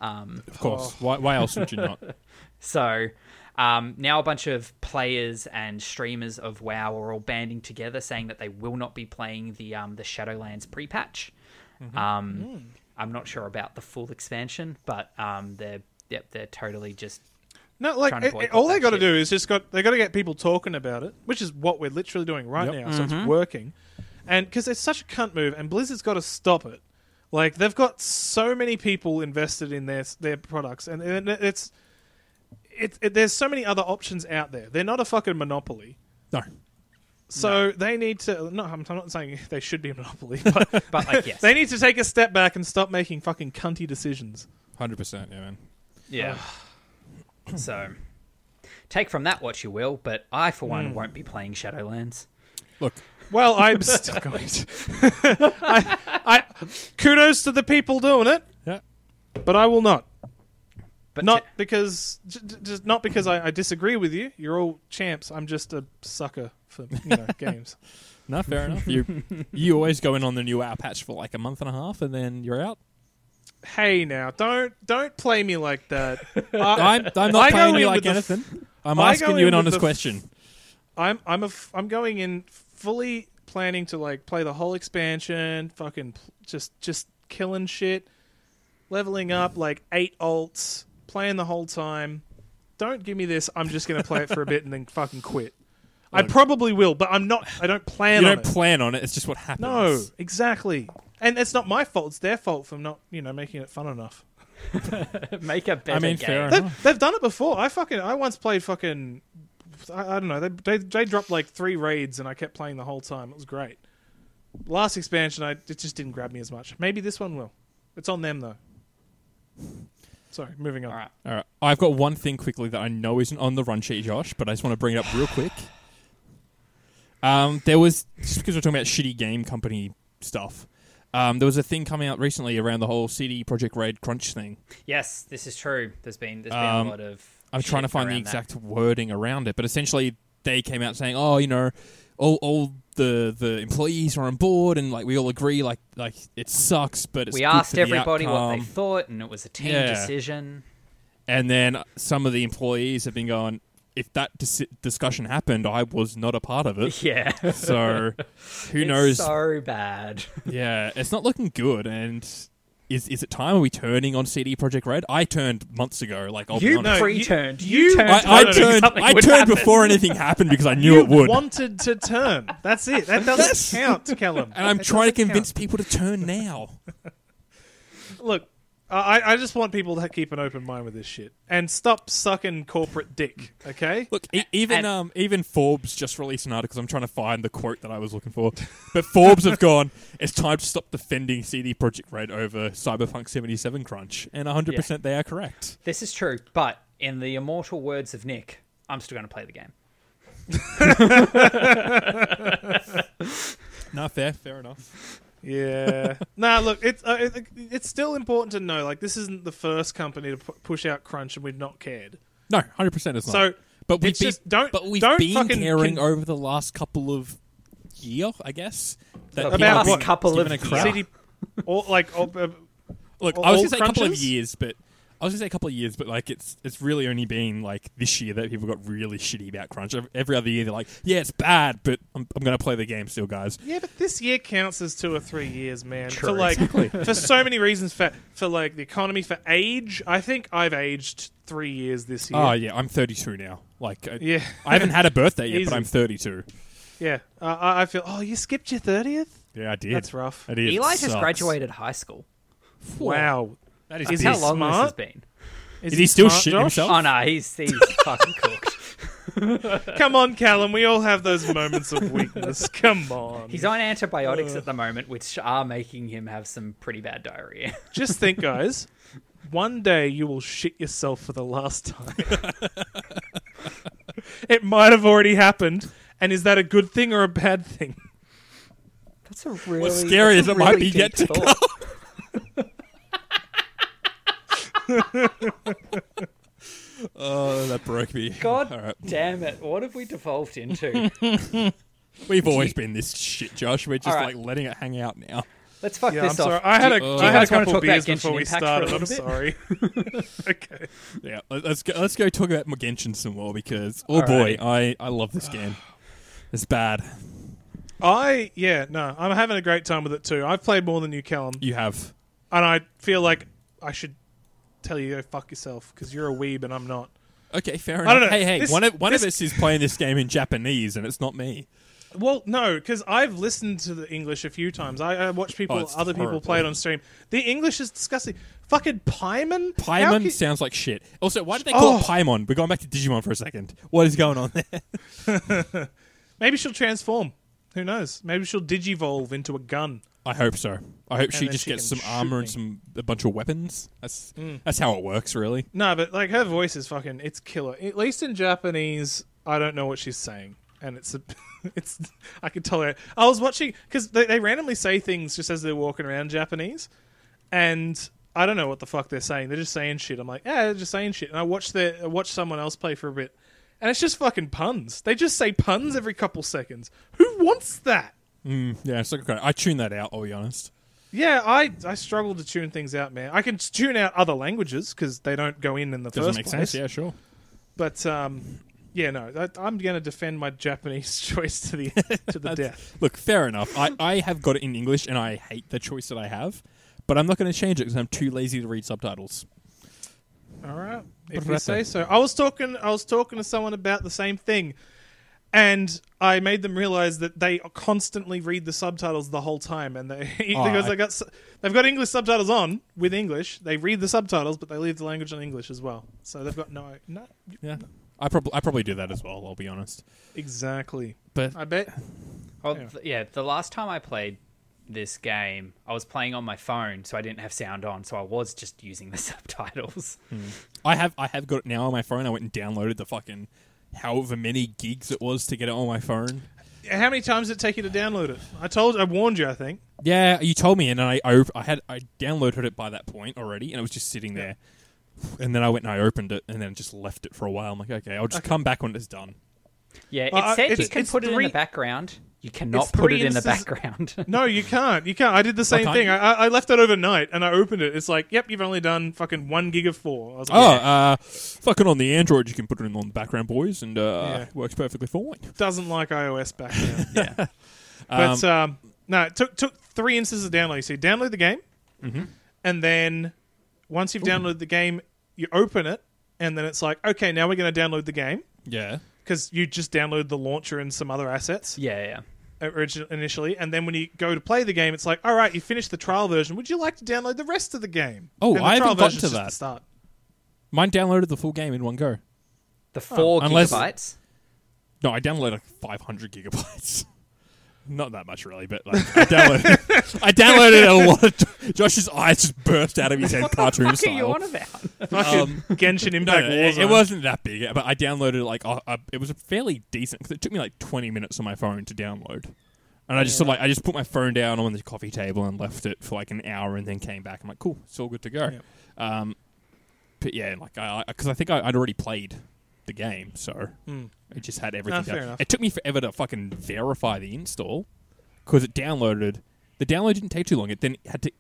Oh. Of course. Why, why else would you not? So um, now a bunch of players and streamers of WoW are all banding together, saying that they will not be playing the um, the Shadowlands pre-patch. Um, Hmm. I'm not sure about the full expansion, but um, they're yep, they're totally just no, like trying to it- it- boycott all that they got to shit. do is just got they got to get people talking about it, which is what we're literally doing right Yep. now. So Mm-hmm. it's working, and because it's such a cunt move, and Blizzard's got to stop it. Like they've got so many people invested in their their products, and, and it's it, it. There's so many other options out there. They're not a fucking monopoly. No. So they need to. No, I'm, I'm not saying they should be a monopoly, but but like yes, they need to take a step back and stop making fucking cunty decisions. 100%, yeah, man. yeah. Oh. so take from that what you will, but I for one Hmm. won't be playing Shadowlands. Look, Well, I'm still going. To. I, I, kudos to the people doing it. yeah. but I will not. But not because j- j- just not because I, I disagree with you. You're all champs. I'm just a sucker for you know games. No, fair enough. You you always go in on the new hour patch for like a month and a half, and then you're out. Hey now, don't don't play me like that. Uh, I, I'm, I'm not I go paying in you like with the f- anything. I'm I go asking in you an with honest the f- question. I'm I'm a f- I'm going in fully planning to like play the whole expansion. Fucking pl- just just killing shit, leveling up like eight alts, playing the whole time. Don't give me this. I'm just gonna play it for a bit and then fucking quit. I probably will, but I'm not. I don't You plan on don't it. plan on it. It's just what happens. No, exactly. And it's not my fault. It's their fault for not, you know, making it fun enough. make a better mean, game. fair enough. They've, they've done it before. I fucking, I once played fucking, I, I don't know. They, they they dropped like three raids, and I kept playing the whole time. It was great. Last expansion, I it just didn't grab me as much. Maybe this one will. It's on them though. Sorry, moving on. All right. All right. I've got one thing quickly that I know isn't on the run sheet, Josh, but I just want to bring it up real quick. Um, there was just because we're talking about shitty game company stuff. Um, there was a thing coming out recently around the whole CD Project Red crunch thing. Yes, this is true. There's been there's been Um, a lot of. I'm shit trying to find the around that. exact wording around it, but essentially they came out saying, "Oh, you know, all all the the employees are on board, and like we all agree, like like it sucks, but it's We good asked for the everybody what they outcome." thought, and it was a team Yeah. decision. And then some of the employees have been going, if that dis- discussion happened, I was not a part of it. Yeah, So who It's knows? So bad. yeah, it's not looking good. And is is it time? Are we turning on CD Project Red? I turned months ago. Like I'll be you honest. No, you- pre-turned. You, you- turned. I, I No, no, no, turned. something I would turned happen. before anything happened because I knew You it would. wanted to turn. That's it. That doesn't count, Callum. and I'm That trying to doesn't convince people to turn now. count. Look, I, I just want people to keep an open mind with this shit and stop sucking corporate dick. Okay. Look, e- even and- um, even Forbes just released an article. I'm trying to find the quote that I was looking for, but Forbes have gone. It's time to stop defending CD Projekt Red over Cyberpunk 77 crunch, and 100 percent they are correct. This is true, but in the immortal words of Nick, I'm still going to play the game. No, fair, fair enough. Yeah. nah, look, it's uh, it, it's still important to know. Like, this isn't the first company to pu- push out crunch, and we've not cared. No, 100 percent it's not. So, but we've it's been, just- don't- but we've don't been fucking caring con- over the last couple of year, I guess. That About people have what? been Couple of given a year. crap. CD, or like, or, uh, Look, All- I was all gonna say a couple of crunches? years, but I was gonna say a couple of years, but like it's it's really only been like this year that people got really shitty about crunch. Ev- Every other year they're like, yeah, it's bad, but I'm, I'm gonna play the game still, guys. yeah, but this year counts as two or three years, man. True, For like, for so many reasons, for for like the economy, for age. I think I've aged three years this year. Oh yeah, I'm 32 now. Like, I, yeah, I haven't had a birthday yet, Easy. but I'm 32. yeah. Uh, I I feel. Oh, you skipped your thirtieth. Yeah, I did. That's rough. I did. Eli It has sucks. graduated high school. Wow. That is, Is big. How he long this has smart? been? Is he still smart, shitting Josh? himself? Oh no, he's he's fucking cooked. Come on, Callum. We all have those moments of weakness. Come on. He's on Uh. antibiotics at the moment, which are making him have some pretty bad diarrhea. Just think, guys. One day you will shit yourself for the last time. it might have already happened. And is that a good thing or a bad thing? That's a really What's scary is that's a it might really be yet to deep come. thought. Oh, that broke me. God All right. damn it! What have we devolved into? We've always been this shit, Josh. We're just All right. like letting it hang out now. Let's fuck Yeah, I'm this sorry. off. I had a, Do you- I do you had a guys wanna couple talk about beers Genshin before we Impact for a started. little I'm bit? sorry. okay. Yeah, let- let's go. Let's go talk about Magenshin some more because oh All boy, right. I I love this game. It's bad. I, yeah, no, I'm having a great time with it too. I've played more than you, Callum. You have And I feel like I should tell you to go fuck yourself because you're a weeb and I'm not. okay, fair enough. I don't know. Hey, hey, This- one of one of this- us is playing this game in Japanese, and it's not me. Well, no, because I've listened to the English a few times. I, I watch people, Oh, it's other people horrible. play it on stream. The English is disgusting. Fucking Paimon. How Paimon can- sounds like shit. Also, why did they call Oh. it Paimon? We're going back to Digimon for a second. What is going on there? maybe she'll transform. Who knows? Maybe she'll digivolve into a gun. I hope so. I hope she then just she gets some can shoot armor me. and some a bunch of weapons. That's that's how it works, really. No, but like her voice is fucking. It's killer. At least in Japanese, I don't know what she's saying, and it's a. It's. I could tell her. I was watching because they, they randomly say things just as they're walking around Japanese, and I don't know what the fuck they're saying. They're just saying shit. I'm like, yeah, they're just saying shit. And I watch their I watch someone else play for a bit, and it's just fucking puns. They just say puns every couple seconds. Who wants that? Mm, yeah, it's like okay. I tune that out. I'll be honest. Yeah, I I struggle to tune things out, man. I can tune out other languages because they don't go in in the Doesn't first make place. sense. Yeah, sure. But um, yeah, no, I, I'm going to defend my Japanese choice to the to the That's- death. Look, fair enough. I, I have got it in English, and I hate the choice that I have, but I'm not going to change it because I'm too lazy to read subtitles. All right, if you Perfecto. say so. I was talking I was talking to someone about the same thing, and I made them realize that they constantly read the subtitles the whole time, and they Oh, because I- they got su- they've got English subtitles on with English. They read the subtitles, but they leave the language on English as well. So they've got no no Yeah, I probably I probably do that as well. I'll be honest. exactly. But I bet Oh, Yeah. th- yeah. The last time I played this game, I was playing on my phone, so I didn't have sound on, so I was just using the subtitles. I have I have got it now on my phone. I went and downloaded the fucking however many gigs it was to get it on my phone. how many times did it take you to download it? I told I warned you. I think. Yeah, you told me, and I I, op- I had I downloaded it by that point already, and it was just sitting there. And then I went and I opened it, and then just left it for a while. I'm like, okay, I'll just come back when it's done. Yeah, Well, I- it said you Uh, it's- can it's put it in three- the background. You cannot it's put three it in the instances- background. No, you can't. You can't. I did the same Oh, can't thing. you? I, I- I left it overnight and I opened it. It's like, yep, you've only done fucking one gig of four. I was like, Oh, yeah, uh, fucking on the Android, you can put it in on the background, boys, and uh, Yeah. it works perfectly fine. doesn't like iOS back then. Yeah. but um, no, it took took three instances of download. So you download the game, Mm-hmm. and then once you've downloaded the game, you open it, and then it's like, okay, now we're going to download the game Yeah. because you just download the launcher and some other assets. Yeah, yeah. origi- initially, and then when you go to play the game, it's like, all right, you finished the trial version. Would you like to download the rest of the game? Oh, and the I haven't trial gotten version's to just the that. Start. Mine downloaded the full game in one go. Oh. The four unless- gigabytes. No, I downloaded like 500 gigabytes. Not that much, really, but like, I downloaded. I downloaded a lot. Of, Josh's eyes just burst out of his head, cartoon What are you style. Um, on about? Fucking Genshin No, Impact no, it, it Warzone. wasn't that big, but I downloaded like a, a, it was a fairly decent because it took me like 20 minutes on my phone to download, and I just sort of like I just put my phone down on the coffee table and left it for like an hour and then came back. I'm like, cool, it's all good to go. Um, but yeah, like I because I, think I, I'd already played the game, so it just had everything. Hmm. Ah, fair down. enough. It took me forever to fucking verify the install because it downloaded. The download didn't take too long. It then had to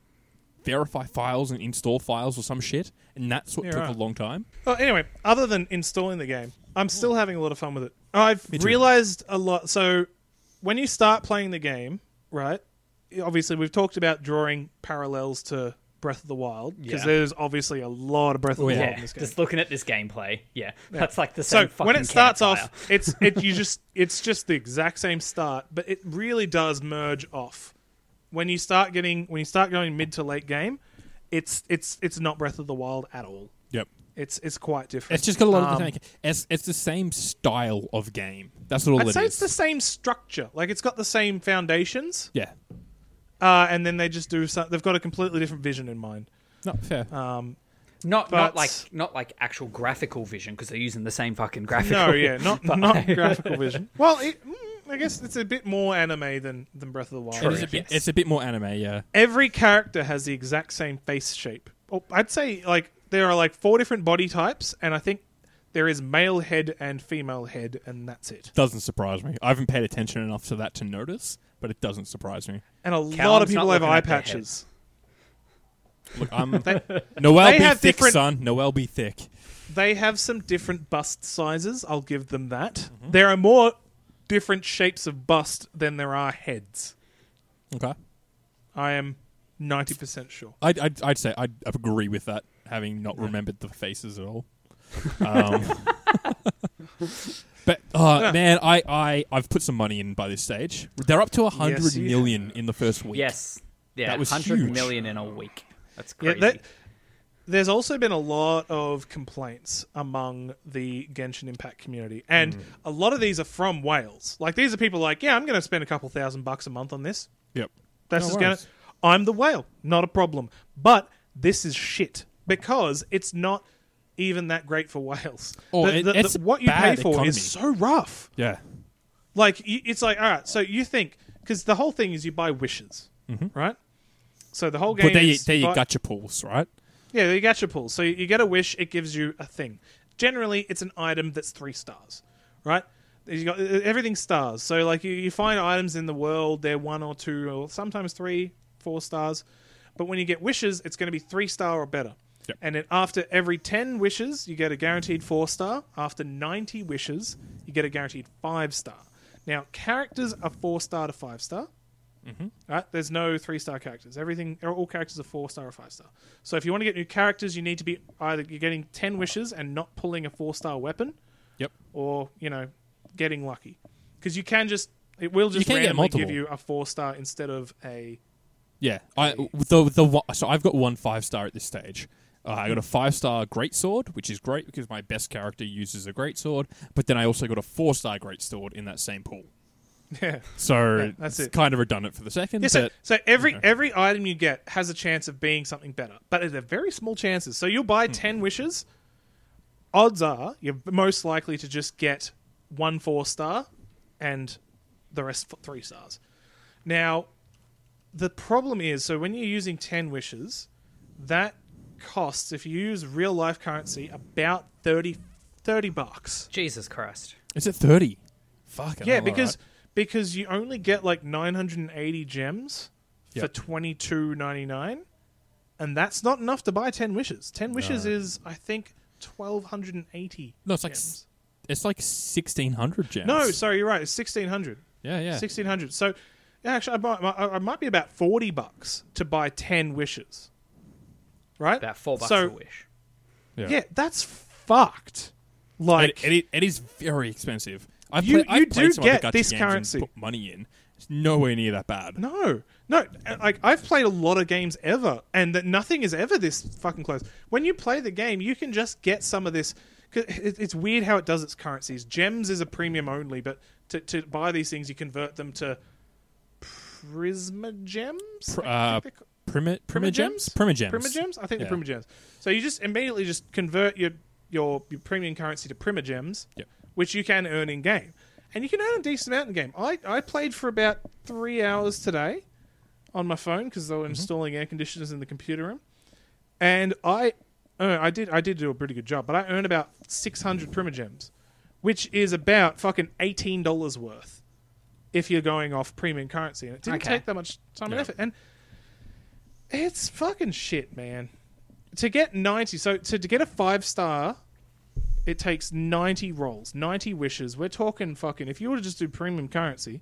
verify files and install files or some shit, and that's what Yeah, took right. a long time. Well, Oh, anyway, other than installing the game, I'm still having a lot of fun with it. I've too. realized a lot. So when you start playing the game, right? Obviously, we've talked about drawing parallels to Breath of the Wild because Yeah. Oh, there's obviously a lot of Breath of the yeah. Wild in Yeah, this game. just looking at this gameplay. Yeah, that's like the so same. when fucking it starts campfire. off it's it you just it's just the exact same start but it really does merge off when you start getting when you start going mid to late game it's it's it's not breath of the wild at all Yep. it's it's quite different It's just got a lot of Um, the same. It's, it's the same style of game. That's what all i'd it say is. it's the same structure like it's got the same foundations yeah. uh, and then they just do some, they've got a completely different vision in mind No, fair. uh, not but- not like not like actual graphical vision because they're using the same fucking graphical. no yeah not not graphical vision well it, mm, i guess it's a bit more anime than than breath of the wild it is a bit, It's a bit more anime, yeah. every character has the exact same face shape. Oh, I'd say like there are like four different body types, and I think there is male head and female head, and that's it. Doesn't surprise me. I haven't paid attention enough to that to notice, but it doesn't surprise me. And a lot of Callum's people not have looking eye at their head. patches. Look, I'm Noel they be have thick, different- son. Noel be thick. They have some different bust sizes. I'll give them that. Mm-hmm. There are more different shapes of bust than there are heads. Okay. I am ninety percent sure. I'd, I'd, I'd say I'd agree with that, having not remembered the faces at all. Um, but uh, man, I, I I've put some money in by this stage. They're up to a hundred Yes, million you in the first week. Yes. Yeah. That was 100 huge. million in a week. That's Yeah, crazy. that, there's also been a lot of complaints among the Genshin Impact community, Mm. and a lot of these are from Wales. Like these are people like, yeah, I'm going to spend a couple thousand bucks a month on this. Yep. That's No just going to. worries. I'm the whale, not a problem. But this is shit because it's not even that great for Wales. Oh, The- it- the- the- it's what you pay bad for economy. is so rough. Yeah. Like y- it's like all right, so you think because the whole thing is you buy wishes, right? So the whole game. But they is they Mm-hmm. you your buy- gotcha pools, right? Yeah, the gacha pools. So you get a wish, it gives you a thing. Generally, it's an item that's three stars, right? You got e, everything stars. So like you, you find items in the world, they're one or two or sometimes three, four stars. But when you get wishes, it's going to be three star or better. Yep. And then after every ten wishes, you get a guaranteed four star. After ninety wishes, you get a guaranteed five star. Now characters are four star to five star. Right? There's no three star characters. Everything, all characters are four star or five star. So if you want to get new characters, you need to be either you're getting ten wishes and not pulling a four star weapon, Yep. or you know, getting lucky, because you can just it will just can get randomly multiple. give you a four star instead of a Yeah, I the the one- so I've got one five star at this stage. Uh, I got a five star great sword, which is great because my best character uses a great sword. But then I also got a four star great sword in that same pool. yeah. So that's it's it. kind of redundant for the second. Yeah, so, but so every every item you get has a chance of being something better, but they're very small chances. So you'll buy ten wishes. Odds are you're most likely to just get one four star, and the rest f- three stars. Now, the problem is so when you're using ten wishes, that costs if you use real life currency about 30, 30 bucks. Jesus Christ. is it thirty? Fuck. I Yeah, don't know, because right? because you only get like 980 gems for Yep. 22.99 and that's not enough to buy 10 wishes. 10 wishes is I think 1280. no, it's like gems. s it's like sixteen hundred gems. No, sorry, you're right. It's 1600. yeah, yeah. 1600. So yeah, actually I might, I I might be about 40 bucks to buy 10 wishes. Right? About four bucks So, a wish. yeah. Yeah, that's fucked. And Like it, it, it is very expensive. I've You- play, I've you played do some other get gacha this games and currency. put money in. It's nowhere near that bad. No, no. and, Like I've played a lot of games ever, and that nothing is ever this fucking close. When you play the game, you can just get some of this. 'cause it- It's weird how it does its currencies. Gems is a premium only, but to, to buy these things, you convert them to Prisma gems. Pr- uh, I think they're- Primi- primigems, Primigems? primigems, Primigems? I think Yeah. the primigems. So you just immediately just convert your your, your premium currency to primigems, Yep. which you can earn in game, and you can earn a decent amount in game. I I played for about three hours today on my phone because Mm-hmm. they were installing air conditioners in the computer room, and I earn, I did I did do a pretty good job, but I earned about six hundred primigems, which is about fucking eighteen dollars worth. If you're going off premium currency, and it didn't Okay. take that much time and Yeah. effort, and it's fucking shit, man. To get 90, so to, to get a five star, it takes 90 rolls, 90 wishes. We're talking fucking, if you were to just do premium currency,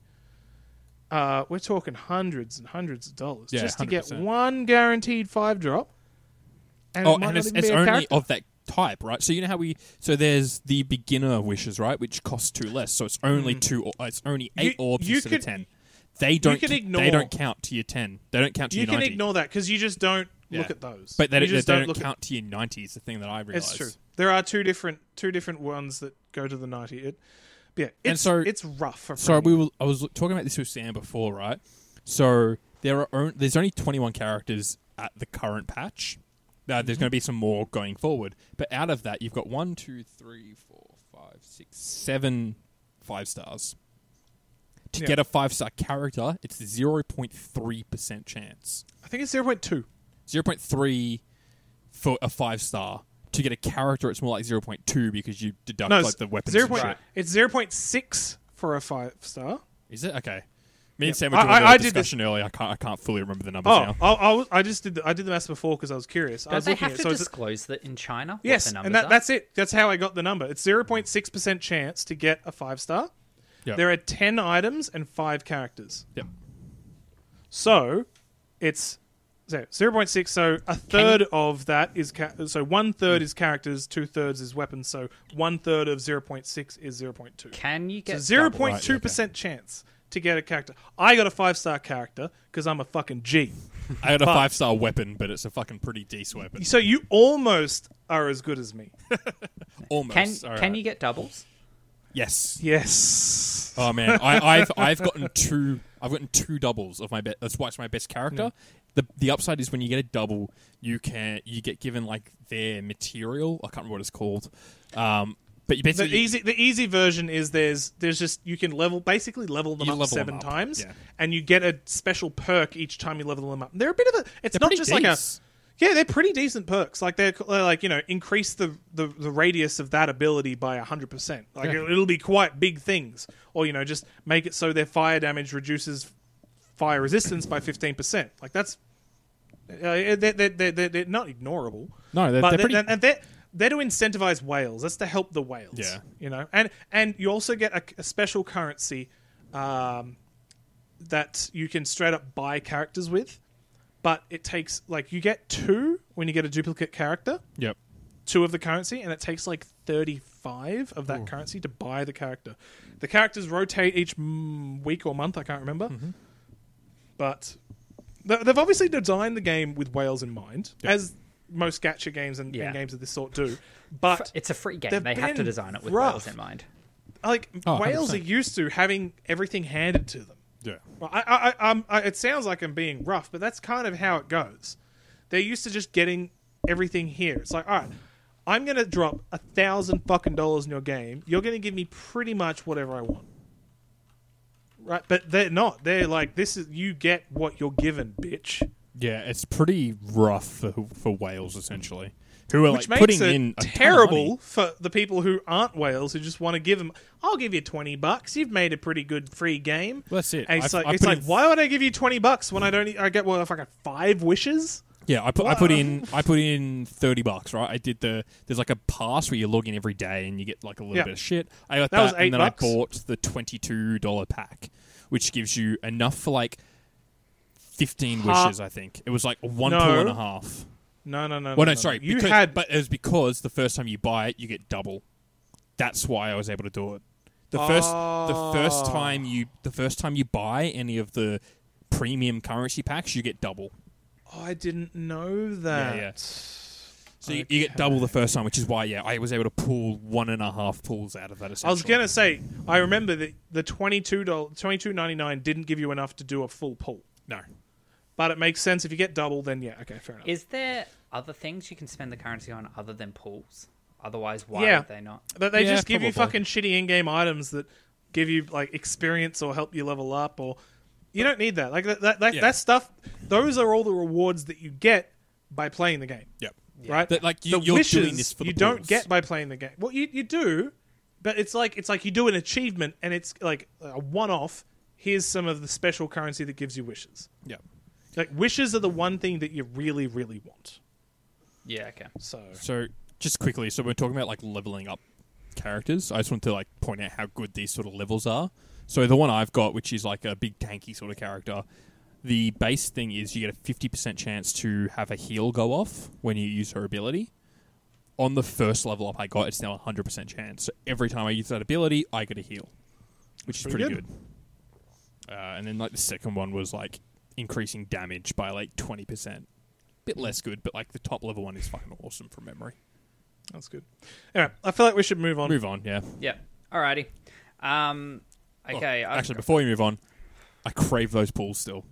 uh, we're talking hundreds and hundreds of dollars Yeah, just to get 100%. one guaranteed five drop. And Oh, it might and not it's, even it's be a only character. of that type, right? So you know how we so there's the beginner wishes, right, which cost two less. So it's only two. Or, it's only eight Mm. You- orbs you instead could- of ten. They don't. can c- ignore- They don't count to your ten. They don't count to You your can ninety. ignore that because you just don't Yeah. look at those. but they, you don't- just they don't look at count to your ninety. Is the thing that I realized. It's true. There are two different two different ones that go to the ninety. It, yeah, it's, so- it's rough. For So premium. we will. I was talking about this with Sam before, right? So there are on, there's only 21 characters at the current patch. Now Mm-hmm. there's going to be some more going forward, but out of that, you've got one, two, three, four, five, six, seven five stars. To Yeah. get a five star character, it's 0.3 percent chance. I think it's zero point two. 0.3 for a five star. To get a character, it's more like 0.2 because you deduct No, like it's the weapons. Zero and point, shit. Right. It's zero point six for a five star. Is it okay? Me and Yep. Sam I- were doing I- a I did this- discussion earlier. I can't. I can't fully remember the numbers Oh, now. I, I, was, I just did the, I did the maths before because I was curious. I Don't was they looking have at to it. So it's- disclose that in China yes, what the numbers and that, are? that's it. That's how I got the number. It's zero point six percent chance to get a five star. Yep. There are ten items and five characters. Yep. So it's so zero point six. So a third of that is ca- so one third is characters, two thirds is weapons. So one third of zero point six is zero point two. Can you get Zero double? point two percent chance to get a character. I got a five star character because I'm a fucking G. I had a five star weapon, but it's a fucking pretty decent weapon. So you almost are as good as me. Almost. Can all can right. you get doubles? Yes. Yes. Oh man, I, I've I've gotten two. I've gotten two doubles of my. Be- that's why it's my best Mm. character. The the upside is when you get a double, you can you get given like their material. I can't remember what it's called. Um, but you The basically easy the easy version is there's there's just you can level basically level them You up level them seven up, times yeah. and you get a special perk each time you level them up. They're a bit of a it's They're not pretty just like decent. a Yeah, they're pretty decent perks. Like they're, they're like you know increase the, the the radius of that ability by hundred percent. Like Yeah. it, it'll be quite big things, or you know just make it so their fire damage reduces fire resistance by fifteen percent. Like that's uh, they're, they're, they're, they're they're not ignorable. No, they're- but they're pretty- and- and they're they're to incentivize whales. That's to help the whales. Yeah. you know, and and you also get a, a special currency. Um, that you can straight up buy characters with, but it takes like you get two when you get a duplicate character, Yep. two of the currency, and it takes like thirty-five of that currency to buy the character. The characters rotate each mm, week or month. I can't remember, but th- they've obviously designed the game with whales in mind, as most gacha games and, and Yeah. games of this sort do. But It's a free game. They've They have to been design it with rough. whales in mind. like Oh, whales are 100%. used to having everything handed to them. Yeah. Well, I, I, I, um, I, it sounds like I'm being rough, but that's kind of how it goes. They're used to just getting everything here. It's like, all right, I'm gonna drop a thousand fucking dollars in your game. You're gonna give me pretty much whatever I want, right? But they're not. They're like, this is you get what you're given, bitch. Yeah, it's pretty rough for for whales essentially, who are Which like makes putting it in a ton of terrible money. for the people who aren't whales who just want to give them. I'll give you twenty bucks. You've made a pretty good free game. Well, that's it. And it's I've- like, I it's put like in- why would I give you twenty bucks when I don't? e- I get well, if I got five wishes. Yeah, I put I put in I put in thirty bucks. Right, I did the there's like a pass where you log in every day and you get like a little Yeah. bit of shit. I got that, That was eight and then bucks. I bought the twenty two dollar pack, which gives you enough for like fifteen Ha- wishes. I think it was like one No. pull and a half. No, no, no. Well, no, no, sorry, You because, had, but it was because the first time you buy it, you get double. That's why I was able to do it. The first, the first Oh. time you, the first time you buy any of the premium currency packs, you get double. oh, I didn't know that. yeah. So you, you get double the first time, which is why, yeah, I was able to pull one and a half pulls out of that. Essentially, I was gonna say, I remember that the twenty two dollars, twenty two ninety nine didn't give you enough to do a full pull, no. but it makes sense if you get double. Then yeah, okay, fair enough. Is there other things you can spend the currency on other than pools? Otherwise, why Yeah. would they not? But they Yeah, just give you probably. fucking shitty in-game items that give you like experience or help you level up, or you don't need that. Like that, that, that, Yeah. that stuff. Those are all the rewards that you get by playing the game, Yep. right? That, like, you- you're doing this for the you don't pulls. get by playing the game. Well, you you do, but it's like it's like you do an achievement, and it's like a one-off. Here's some of the special currency that gives you wishes. Yep. Like wishes are the one thing that you really, really want. Yeah, okay. So So just quickly, so we're talking about like leveling up characters. I just want to like point out how good these sort of levels are. So the one I've got, which is like a big tanky sort of character, the base thing is you get a fifty percent chance to have a heal go off when you use her ability. On the first level up I got, it's now a hundred percent chance. So every time I use that ability, I get a heal, which is Pretty pretty good. good. Uh, and then like the second one was like increasing damage by like twenty percent. Bit less good, but like the top level one is fucking awesome from memory. that's good. Anyway, I feel like we should move on. Move on, yeah. Yeah. Alrighty. Um, Oh, okay. I've- actually, before you move on, I crave those pools still.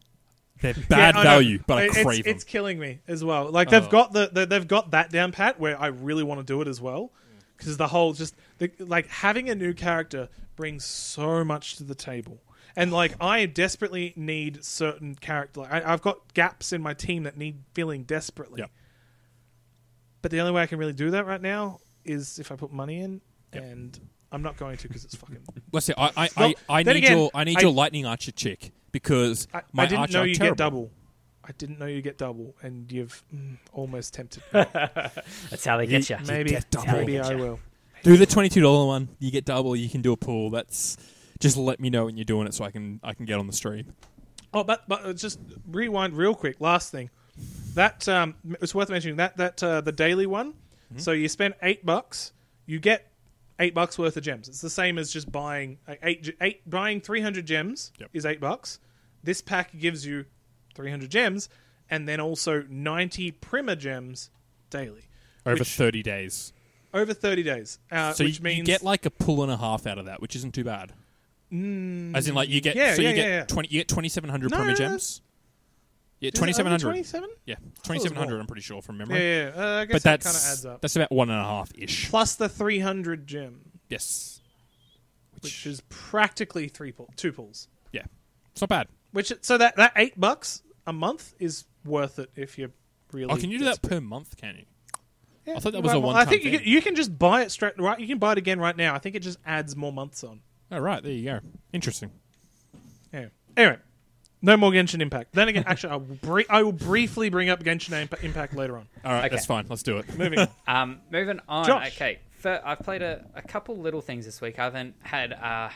They're bad Yeah, I know. value, but I It- it's, crave them. It's killing me as well. Like they've Oh. got the, the they've got that down pat where I really want to do it as well because the whole just the, like having a new character brings so much to the table. And like I desperately need certain character. Like, I, I've got gaps in my team that need filling desperately. Yep. But the only way I can really do that right now is if I put money in, Yep. and I'm not going to because it's fucking. Let's see. I, I, Well, I, I then need again, your I need I- your lightning archer chick because I, my I didn't archer know are you terrible. get double. I didn't know you get double, and you've mm, almost tempted me. that's how they You- get you. Maybe, get double. maybe I Gotcha. will. Do the twenty two dollar one. You get double. You can do a pool. That's just let me know when you're doing it so I can I can get on the stream. Oh, but but uh, just rewind real quick. Last thing, that um, m- it's worth mentioning that that uh, the daily one. Mm-hmm. So you spend eight bucks, you get eight bucks worth of gems. It's the same as just buying like, eight ge- eight buying three hundred gems Yep. is eight bucks. This pack gives you three hundred gems, and then also ninety primer gems daily Over Which- thirty days, over thirty days. Uh, so you- which you, means get like a pull and a half out of that, which isn't too bad. As in, like you get Mm, yeah, so yeah, you get yeah, yeah. twenty you get twenty seven hundred No, promo no, no. gems. Yeah, twenty seven hundred. Twenty seven. Yeah, it was twenty seven hundred. more. I'm pretty sure from Yeah, memory. yeah. yeah. Uh, I guess but that that's kind of adds up. that's about one and a half ish. Plus the three hundred gem. Yes, which is practically three pull, two pulls. yeah, it's not bad. Which so that that eight bucks a month is worth it if you're really. Oh, can you do gets that per month? Can you? Yeah, I thought that you was buy a more- I one-time think you thing. can, you can just buy it straight right. You can buy it again right now. I think it just adds more months on. Oh, right. There you go. Interesting. Yeah. Anyway, no more Genshin Impact. Then again, actually, I will, bri- I will briefly bring up Genshin Imp- Impact later on. All right, Okay. that's fine. Let's do it. Moving on. Um, moving on. Josh. Okay, Fir- I've played a, a couple little things this week. I haven't had a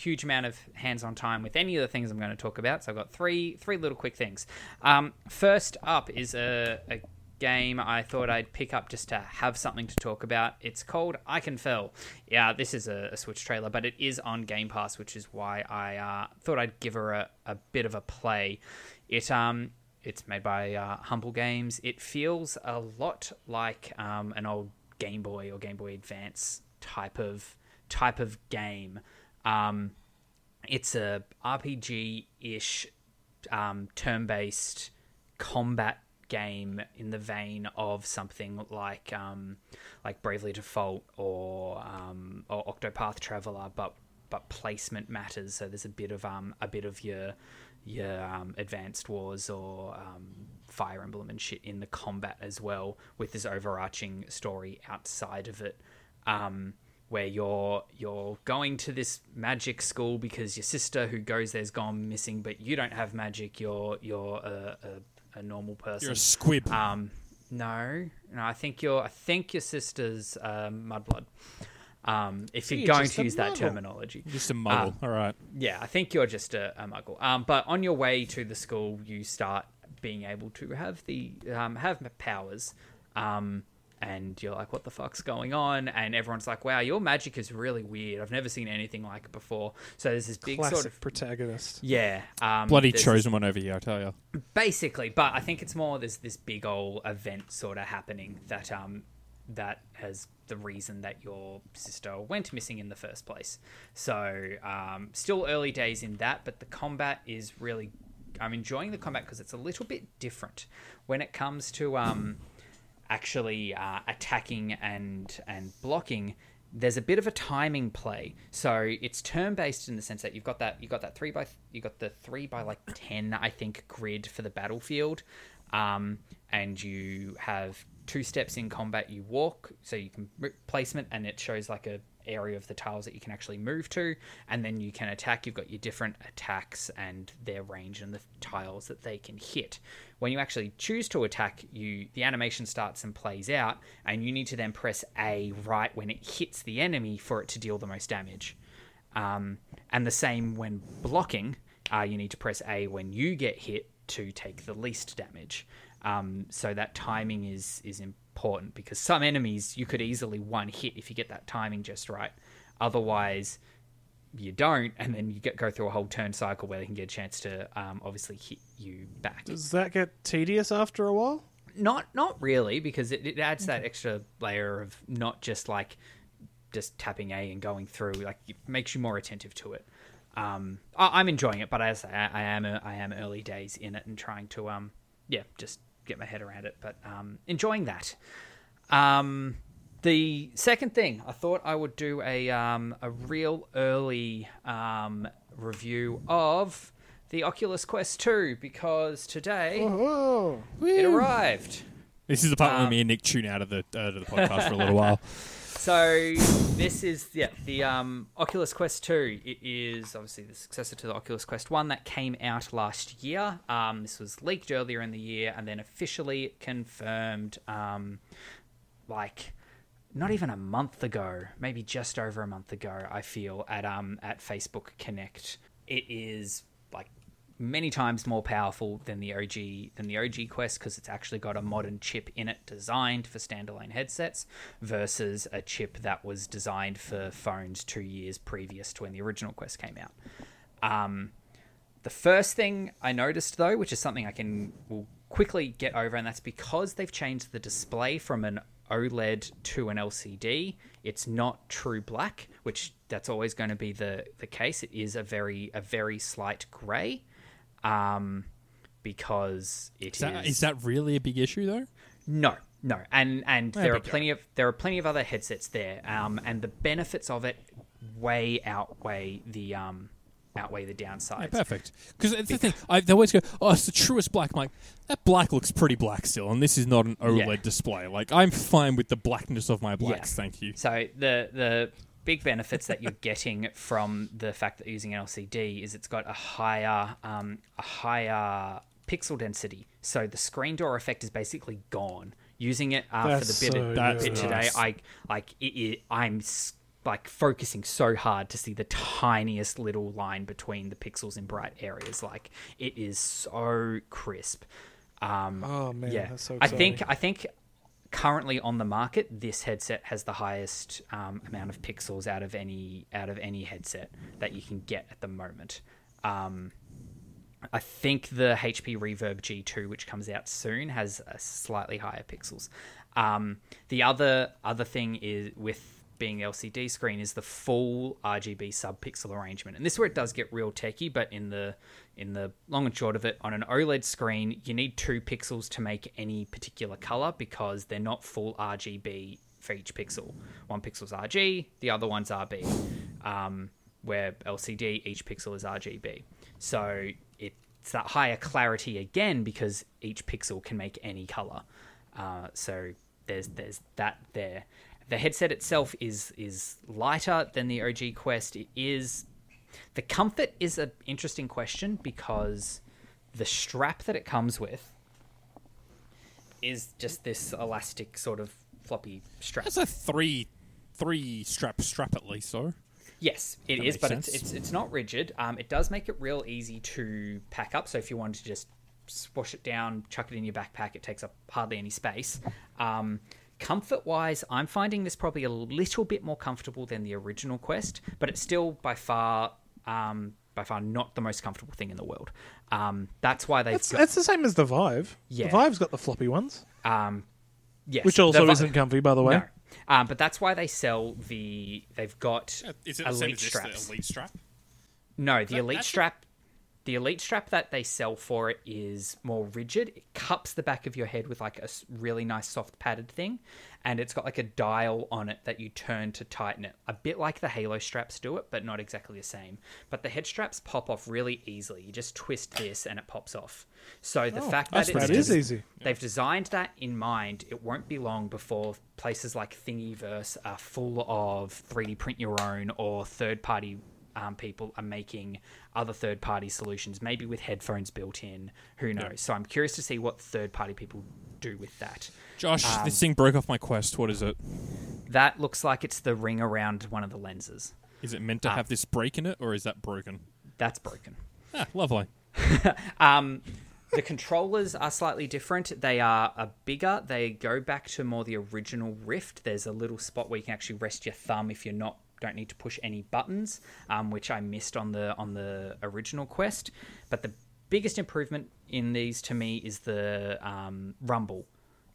huge amount of hands-on time with any of the things I'm going to talk about, so I've got three three little quick things. Um, first up is a, a game I thought I'd pick up just to have something to talk about. It's called I Can Fell. Yeah, this is a, a Switch trailer, but it is on Game Pass, which is why I uh, thought I'd give her a, a bit of a play. It um it's made by uh, Humble Games. It feels a lot like um, an old Game Boy or Game Boy Advance type of type of game. Um, it's a RPG ish, um, turn based combat game in the vein of something like um, like Bravely Default or um, or Octopath Traveler, but but placement matters. So there's a bit of um, a bit of your your um, Advanced Wars or um, Fire Emblem and shit in the combat as well, with this overarching story outside of it um, where you're you're going to this magic school because your sister who goes there's gone missing, but you don't have magic. You're you're a, a, a normal person. You're a squib. um, no, no. I think you're. I think your sister's uh, mudblood. Um, if you're you're going just to a use that muggle. terminology, Just a muggle. All right. yeah, I think you're just a, a muggle. Um, but on your way to the school, you start being able to have the um, have m- powers. Um, and you're like, what the fuck's going on? And everyone's like, wow, your magic is really weird. I've never seen anything like it before. So there's this big Classic sort of protagonist. yeah, um, Bloody there's- chosen one over here, I tell you. basically but i think it's more there's this big old event sort of happening that um that has the reason that your sister went missing in the first place so um still early days in that but the combat is really i'm enjoying the combat because it's a little bit different when it comes to um actually uh, attacking and and blocking there's a bit of a timing play so it's turn based in the sense that you've got that you got that three by you got the three by like 10 i think grid for the battlefield um, and you have two steps in combat you walk so you can m- placement and it shows like a area of the tiles that you can actually move to and then you can attack you've got your different attacks and their range and the tiles that they can hit when you actually choose to attack you the animation starts and plays out and you need to then press a right when it hits the enemy for it to deal the most damage um, and the same when blocking, uh, you need to press A when you get hit to take the least damage. Um, so that timing is is important because some enemies you could easily one hit if you get that timing just right. Otherwise, you don't, and then you get go through a whole turn cycle where they can get a chance to um, obviously hit you back Does that get tedious after a while? not not really because it, it adds that extra layer of not just like just tapping a and going through like it makes you more attentive to it um I, i'm enjoying it but as I, I am I am early days in it and trying to um yeah just get my head around it but um enjoying that um, the second thing I thought I would do a um, a real early um, review of the Oculus Quest 2 because today Oh, it arrived. This is the part where me and Nick tune out of the, out of the podcast for a little while. So this is yeah the um, Oculus Quest Two. It is obviously the successor to the Oculus Quest One that came out last year. Um, this was leaked earlier in the year and then officially confirmed, um, like not even a month ago, maybe just over a month ago. I feel at um at Facebook Connect. It is like many times more powerful than the OG than the OG Quest because it's actually got a modern chip in it designed for standalone headsets versus a chip that was designed for phones two years previous to when the original Quest came out. Um, the first thing I noticed though, which is something I can will quickly get over, and that's because they've changed the display from an OLED to an LCD. It's not true black, which that's always going to be the the case. It is a very a very slight grey, um, because it Is that, is that really a big issue, though? no, no, and and there are big deal. plenty of there are plenty of other headsets there, um, and the benefits of it way outweigh the um, outweigh the downsides. Yeah, perfect. Because it's the thing. I, they always go, "Oh, it's the truest black." i like that black looks pretty black still, and this is not an OLED display. Like I'm fine with the blackness of my blacks. Yeah. Thank you. So the the big benefits that you're getting from the fact that using an LCD is it's got a higher um, a higher pixel density. So the screen door effect is basically gone. Using it uh, for That's the bit, so That's bit nice. today, I like it, it, I'm s- like focusing so hard to see the tiniest little line between the pixels in bright areas. Like it is so crisp. Um, Oh, man, yeah. that's so I think exciting. I think currently on the market, this headset has the highest um, amount of pixels out of any out of any headset that you can get at the moment. Um, I think the HP Reverb G2, which comes out soon, has a slightly higher pixels. Um, the other other thing is with being LCD screen is the full RGB sub-pixel arrangement, and this is where it does get real techie. But in the in the long and short of it, on an OLED screen, you need two pixels to make any particular color because they're not full RGB for each pixel. One pixel's RG, the other one's RB. Um, where LCD, each pixel is RGB. So it's that higher clarity again because each pixel can make any color. Uh, so there's there's that there. The headset itself is is lighter than the OG Quest. It is the comfort is an interesting question because the strap that it comes with is just this elastic sort of floppy strap. That's a three, three strap strap at least. So Yes, it is, That makes but sense. it's it's it's not rigid. Um, it does make it real easy to pack up. So if you wanted to just swash it down, chuck it in your backpack, it takes up hardly any space. Um, comfort wise, I'm finding this probably a little bit more comfortable than the original Quest, but it's still by far um, by far not the most comfortable thing in the world. Um, that's why they've That's, got that's the same as the Vive. Yeah. The Vive's got the floppy ones, um, yes, which also the- isn't comfy, by the way. no. Um, but that's why they sell the they've got Uh, elite straps. strap? No, the That- elite that's a- strap, the elite strap that they sell for it is more rigid. It cups the back of your head with like a s- really nice soft padded thing, and it's got like a dial on it that you turn to tighten it. A bit like the Halo straps do it, but not exactly the same. But the head straps pop off really easily. You just twist this and it pops off. So the fact that Oh, that's it's pretty just- good. easy. They've designed that in mind. It won't be long before places like Thingiverse are full of 3D print your own or third party um, people are making other third party solutions, maybe with headphones built in. Who knows? So I'm curious to see what third party people do with that. Josh, this thing broke off my quest. What is it? That looks like it's the ring around one of the lenses. Is it meant to have this break in it, or is that broken? That's broken. Ah, lovely. Um, the controllers are slightly different. They are a bigger. They go back to more the original Rift. There's a little spot where you can actually rest your thumb if you're not don't need to push any buttons, um, which I missed on the on the original Quest. But the biggest improvement in these to me is the um, rumble.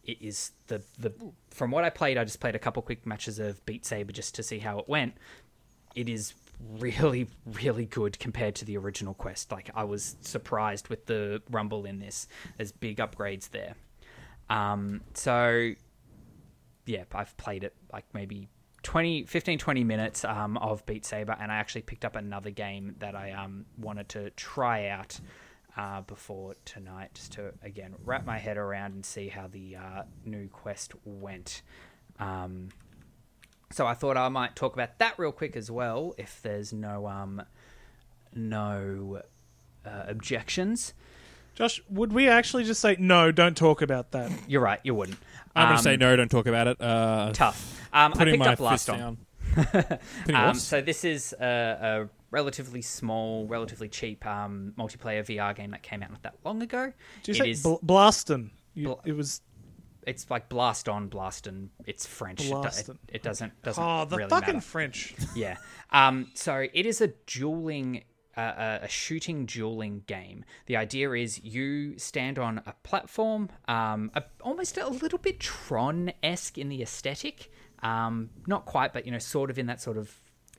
It is the the from what I played. I just played a couple quick matches of Beat Saber just to see how it went it is really really good compared to the original quest like i was surprised with the rumble in this there's big upgrades there um so yeah i've played it like maybe 20 15 20 minutes um of beat saber and i actually picked up another game that i um wanted to try out uh, before tonight just to again wrap my head around and see how the uh, new quest went um so I thought I might talk about that real quick as well, if there's no um, no uh, objections. Josh, would we actually just say no? Don't talk about that. You're right, you wouldn't. I'm Um, gonna say no. Don't talk about it. Uh, Tough. Um, I putting picked my up last fist on. down. Putting Um, what? so this is a, a relatively small, relatively cheap um, multiplayer VR game that came out not that long ago. Do you It say is- bl- blastin'? You, Bl- it was it's like blast on, blast and it's French. It do- It, Blastin'. it doesn't doesn't oh the really fucking matter. French. yeah. Um, so it is a dueling, uh, uh, a shooting dueling game. The idea is you stand on a platform, um, a, almost a little bit Tron esque in the aesthetic. Um, not quite, but you know, sort of in that sort of.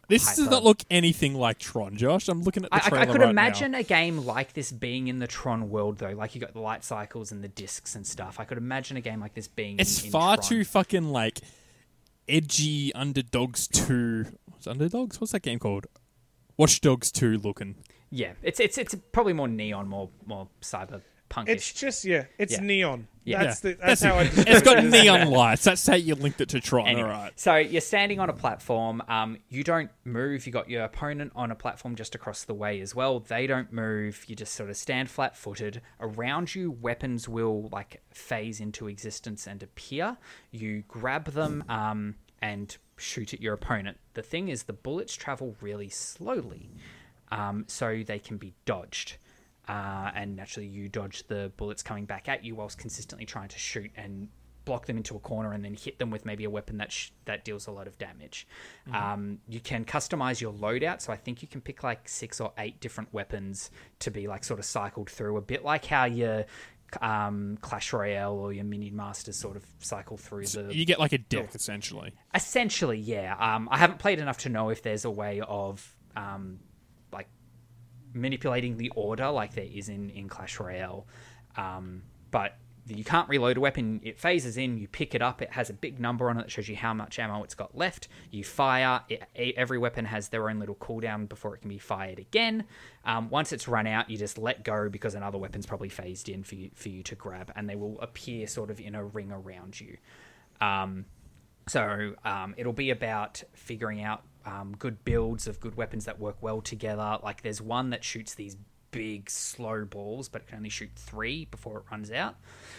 this hyper- does not look anything like Tron, Josh. I'm looking at the I, I- trailer I could right imagine now. a game like this being in the Tron world, though. Like you got the light cycles and the discs and stuff. I could imagine a game like this being. It's in, in far Tron. too fucking like edgy. Underdogs two. What's Underdogs? What's that game called? Watch Dogs two looking. Yeah, it's it's it's probably more neon, more more cyberpunkish. It's just yeah, it's Yeah. neon. Yeah. That's the that's, how I. it. describe It's got it. neon lights. That's how you linked it to Tron. Anyway, All right. So you're standing on a platform. Um, you don't move. You got your opponent on a platform just across the way as well. They don't move. You just sort of stand flat footed. Around you, weapons will like phase into existence and appear. You grab them um, and shoot at your opponent. The thing is, the bullets travel really slowly, um, so they can be dodged. Uh, and naturally, you dodge the bullets coming back at you whilst consistently trying to shoot and block them into a corner and then hit them with maybe a weapon that sh- that deals a lot of damage. Um, you can customize your loadout, so I think you can pick like six or eight different weapons to be like sort of cycled through, a bit like how your um, Clash Royale or your Minion Masters sort of cycle through the You get like a deck essentially. Essentially, yeah. Um, I haven't played enough to know if there's a way of um, like manipulating the order, like there is in in Clash Royale. Um, but you can't reload a weapon; it phases in. You pick it up; it has a big number on it that shows you how much ammo it's got left. You fire. It, e- every weapon has their own little cooldown before it can be fired again. Um, once it's run out, you just let go because another weapon's probably phased in for you, for you to grab, and they will appear sort of in a ring around you. Um, so um, it'll be about figuring out um, good builds of good weapons that work well together. Like there's one that shoots these big slow balls, but it can only shoot three before it runs out.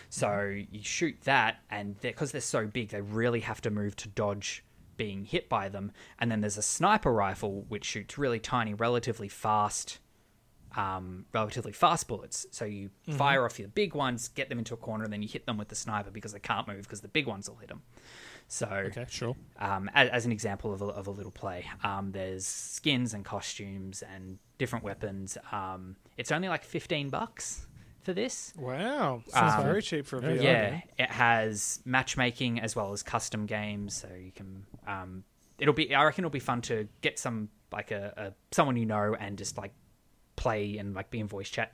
So you shoot that, and because they're so big, they really have to move to dodge being hit by them. And then there's a sniper rifle which shoots really tiny, relatively fast um, relatively fast bullets. So you fire off your big ones, get them into a corner, and then you hit them with the sniper because they can't move because the big ones will hit them. So, Okay, sure. um, as, as an example of a, of a little play, um, there's skins and costumes and different weapons. Um, it's only like 15 bucks for this. Wow, sounds Um, very cheap for a VR. Yeah, it has matchmaking as well as custom games, so you can. Um, it'll be. I reckon it'll be fun to get some like a, a someone you know and just like play and like be in voice chat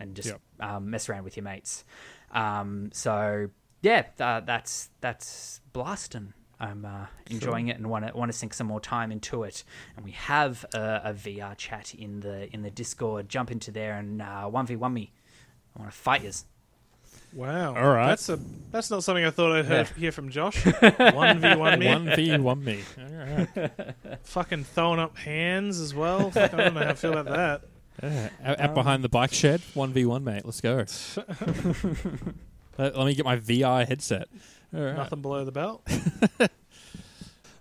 and just um, mess around with your mates. Um, so yeah, uh, that's that's blasting. I'm uh, enjoying it and want to want to sink some more time into it. And we have a, a VR chat in the in the Discord. Jump into there and uh, one v one me. I want to fight you. Wow. All right. That's a that's not something I thought I'd heard, Yeah. hear from Josh. One v one me, One v one me. All right. fucking throwing up hands as well. Fuck, I don't know how I feel about that. Yeah, Uh, out, out behind the bike shed, one v one, mate. Let's go. let, let me get my VR headset. All right. Nothing below the belt.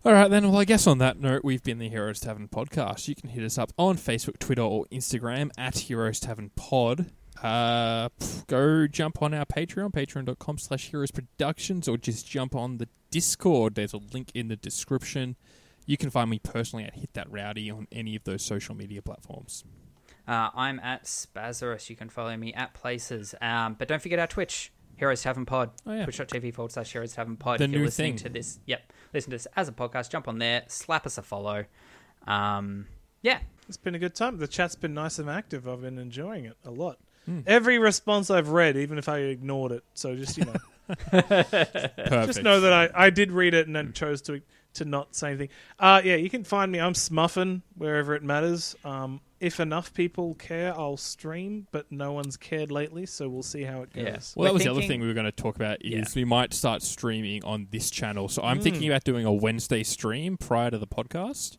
All right, then. Well, I guess on that note, we've been the Heroes Tavern podcast. You can hit us up on Facebook, Twitter, or Instagram at Heroes Tavern Pod. Uh, pff, go jump on our Patreon, patreon.com slash heroes productions, or just jump on the Discord. There's a link in the description. You can find me personally at Hit That Rowdy on any of those social media platforms. Uh, I'm at Spazarus. You can follow me at places. Um, but don't forget our Twitch, Heroes Tavern Pod. Oh, yeah. Twitch.tv forward slash Heroes Tavern Pod. The if you're new listening thing. to this, yep, listen to this as a podcast. Jump on there, slap us a follow. Um, yeah, It's been a good time. The chat's been nice and active. I've been enjoying it a lot. Hmm. Every response I've read, even if I ignored it. So just you know, Perfect. just know that I, I did read it and I chose to to not say anything. Uh, yeah, you can find me. I'm Smuffin wherever it matters. Um, if enough people care, I'll stream. But no one's cared lately, so we'll see how it goes. Yeah. Well, that We're was the other thinking- thing we were going to talk about is Yeah. Mm. we might start streaming on this channel. So I'm thinking about doing a Wednesday stream prior to the podcast.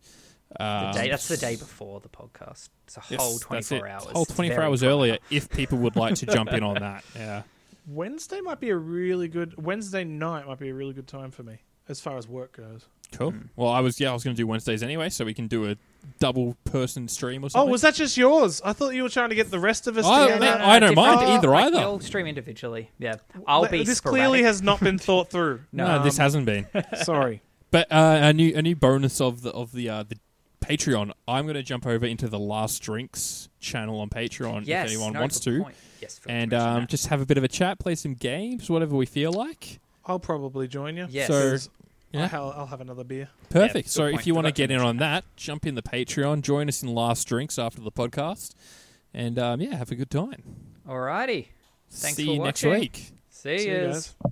the Um, day, that's the day before the podcast. It's a yes, whole that's 24 it. hours. Whole It's 24 very hours prior. earlier if people would like to jump in on that. Yeah. Wednesday might be a really good Wednesday night might be a really good time for me as far as work goes. Cool. Mm. Well, I was yeah, I was going to do Wednesdays anyway, so we can do a double person stream or Oh, something. was that just yours? I thought you were trying to get the rest of us Oh, together. man, I don't different- mind either, like, either. We'll stream individually. Yeah, I'll Let- be. This sporadic. clearly has not been thought through. no, this um, hasn't been. Sorry. But uh, a new a new bonus of the of the uh, the Patreon. I'm going to jump over into the Last Drinks channel on Patreon Yes, if anyone no, wants good to, point. Yes, forgot to and mention um, that. just have a bit of a chat, play some games, whatever we feel like. I'll probably join you. Yes. so- 'Cause Yeah. I'll, I'll have another beer. Perfect. good so point. if you want to Forgot to get in on that, jump in the Patreon, join us in last drinks after the podcast, and um, yeah, have a good time. Alrighty. Thanks See for you next watching. week. See, See you yous. guys.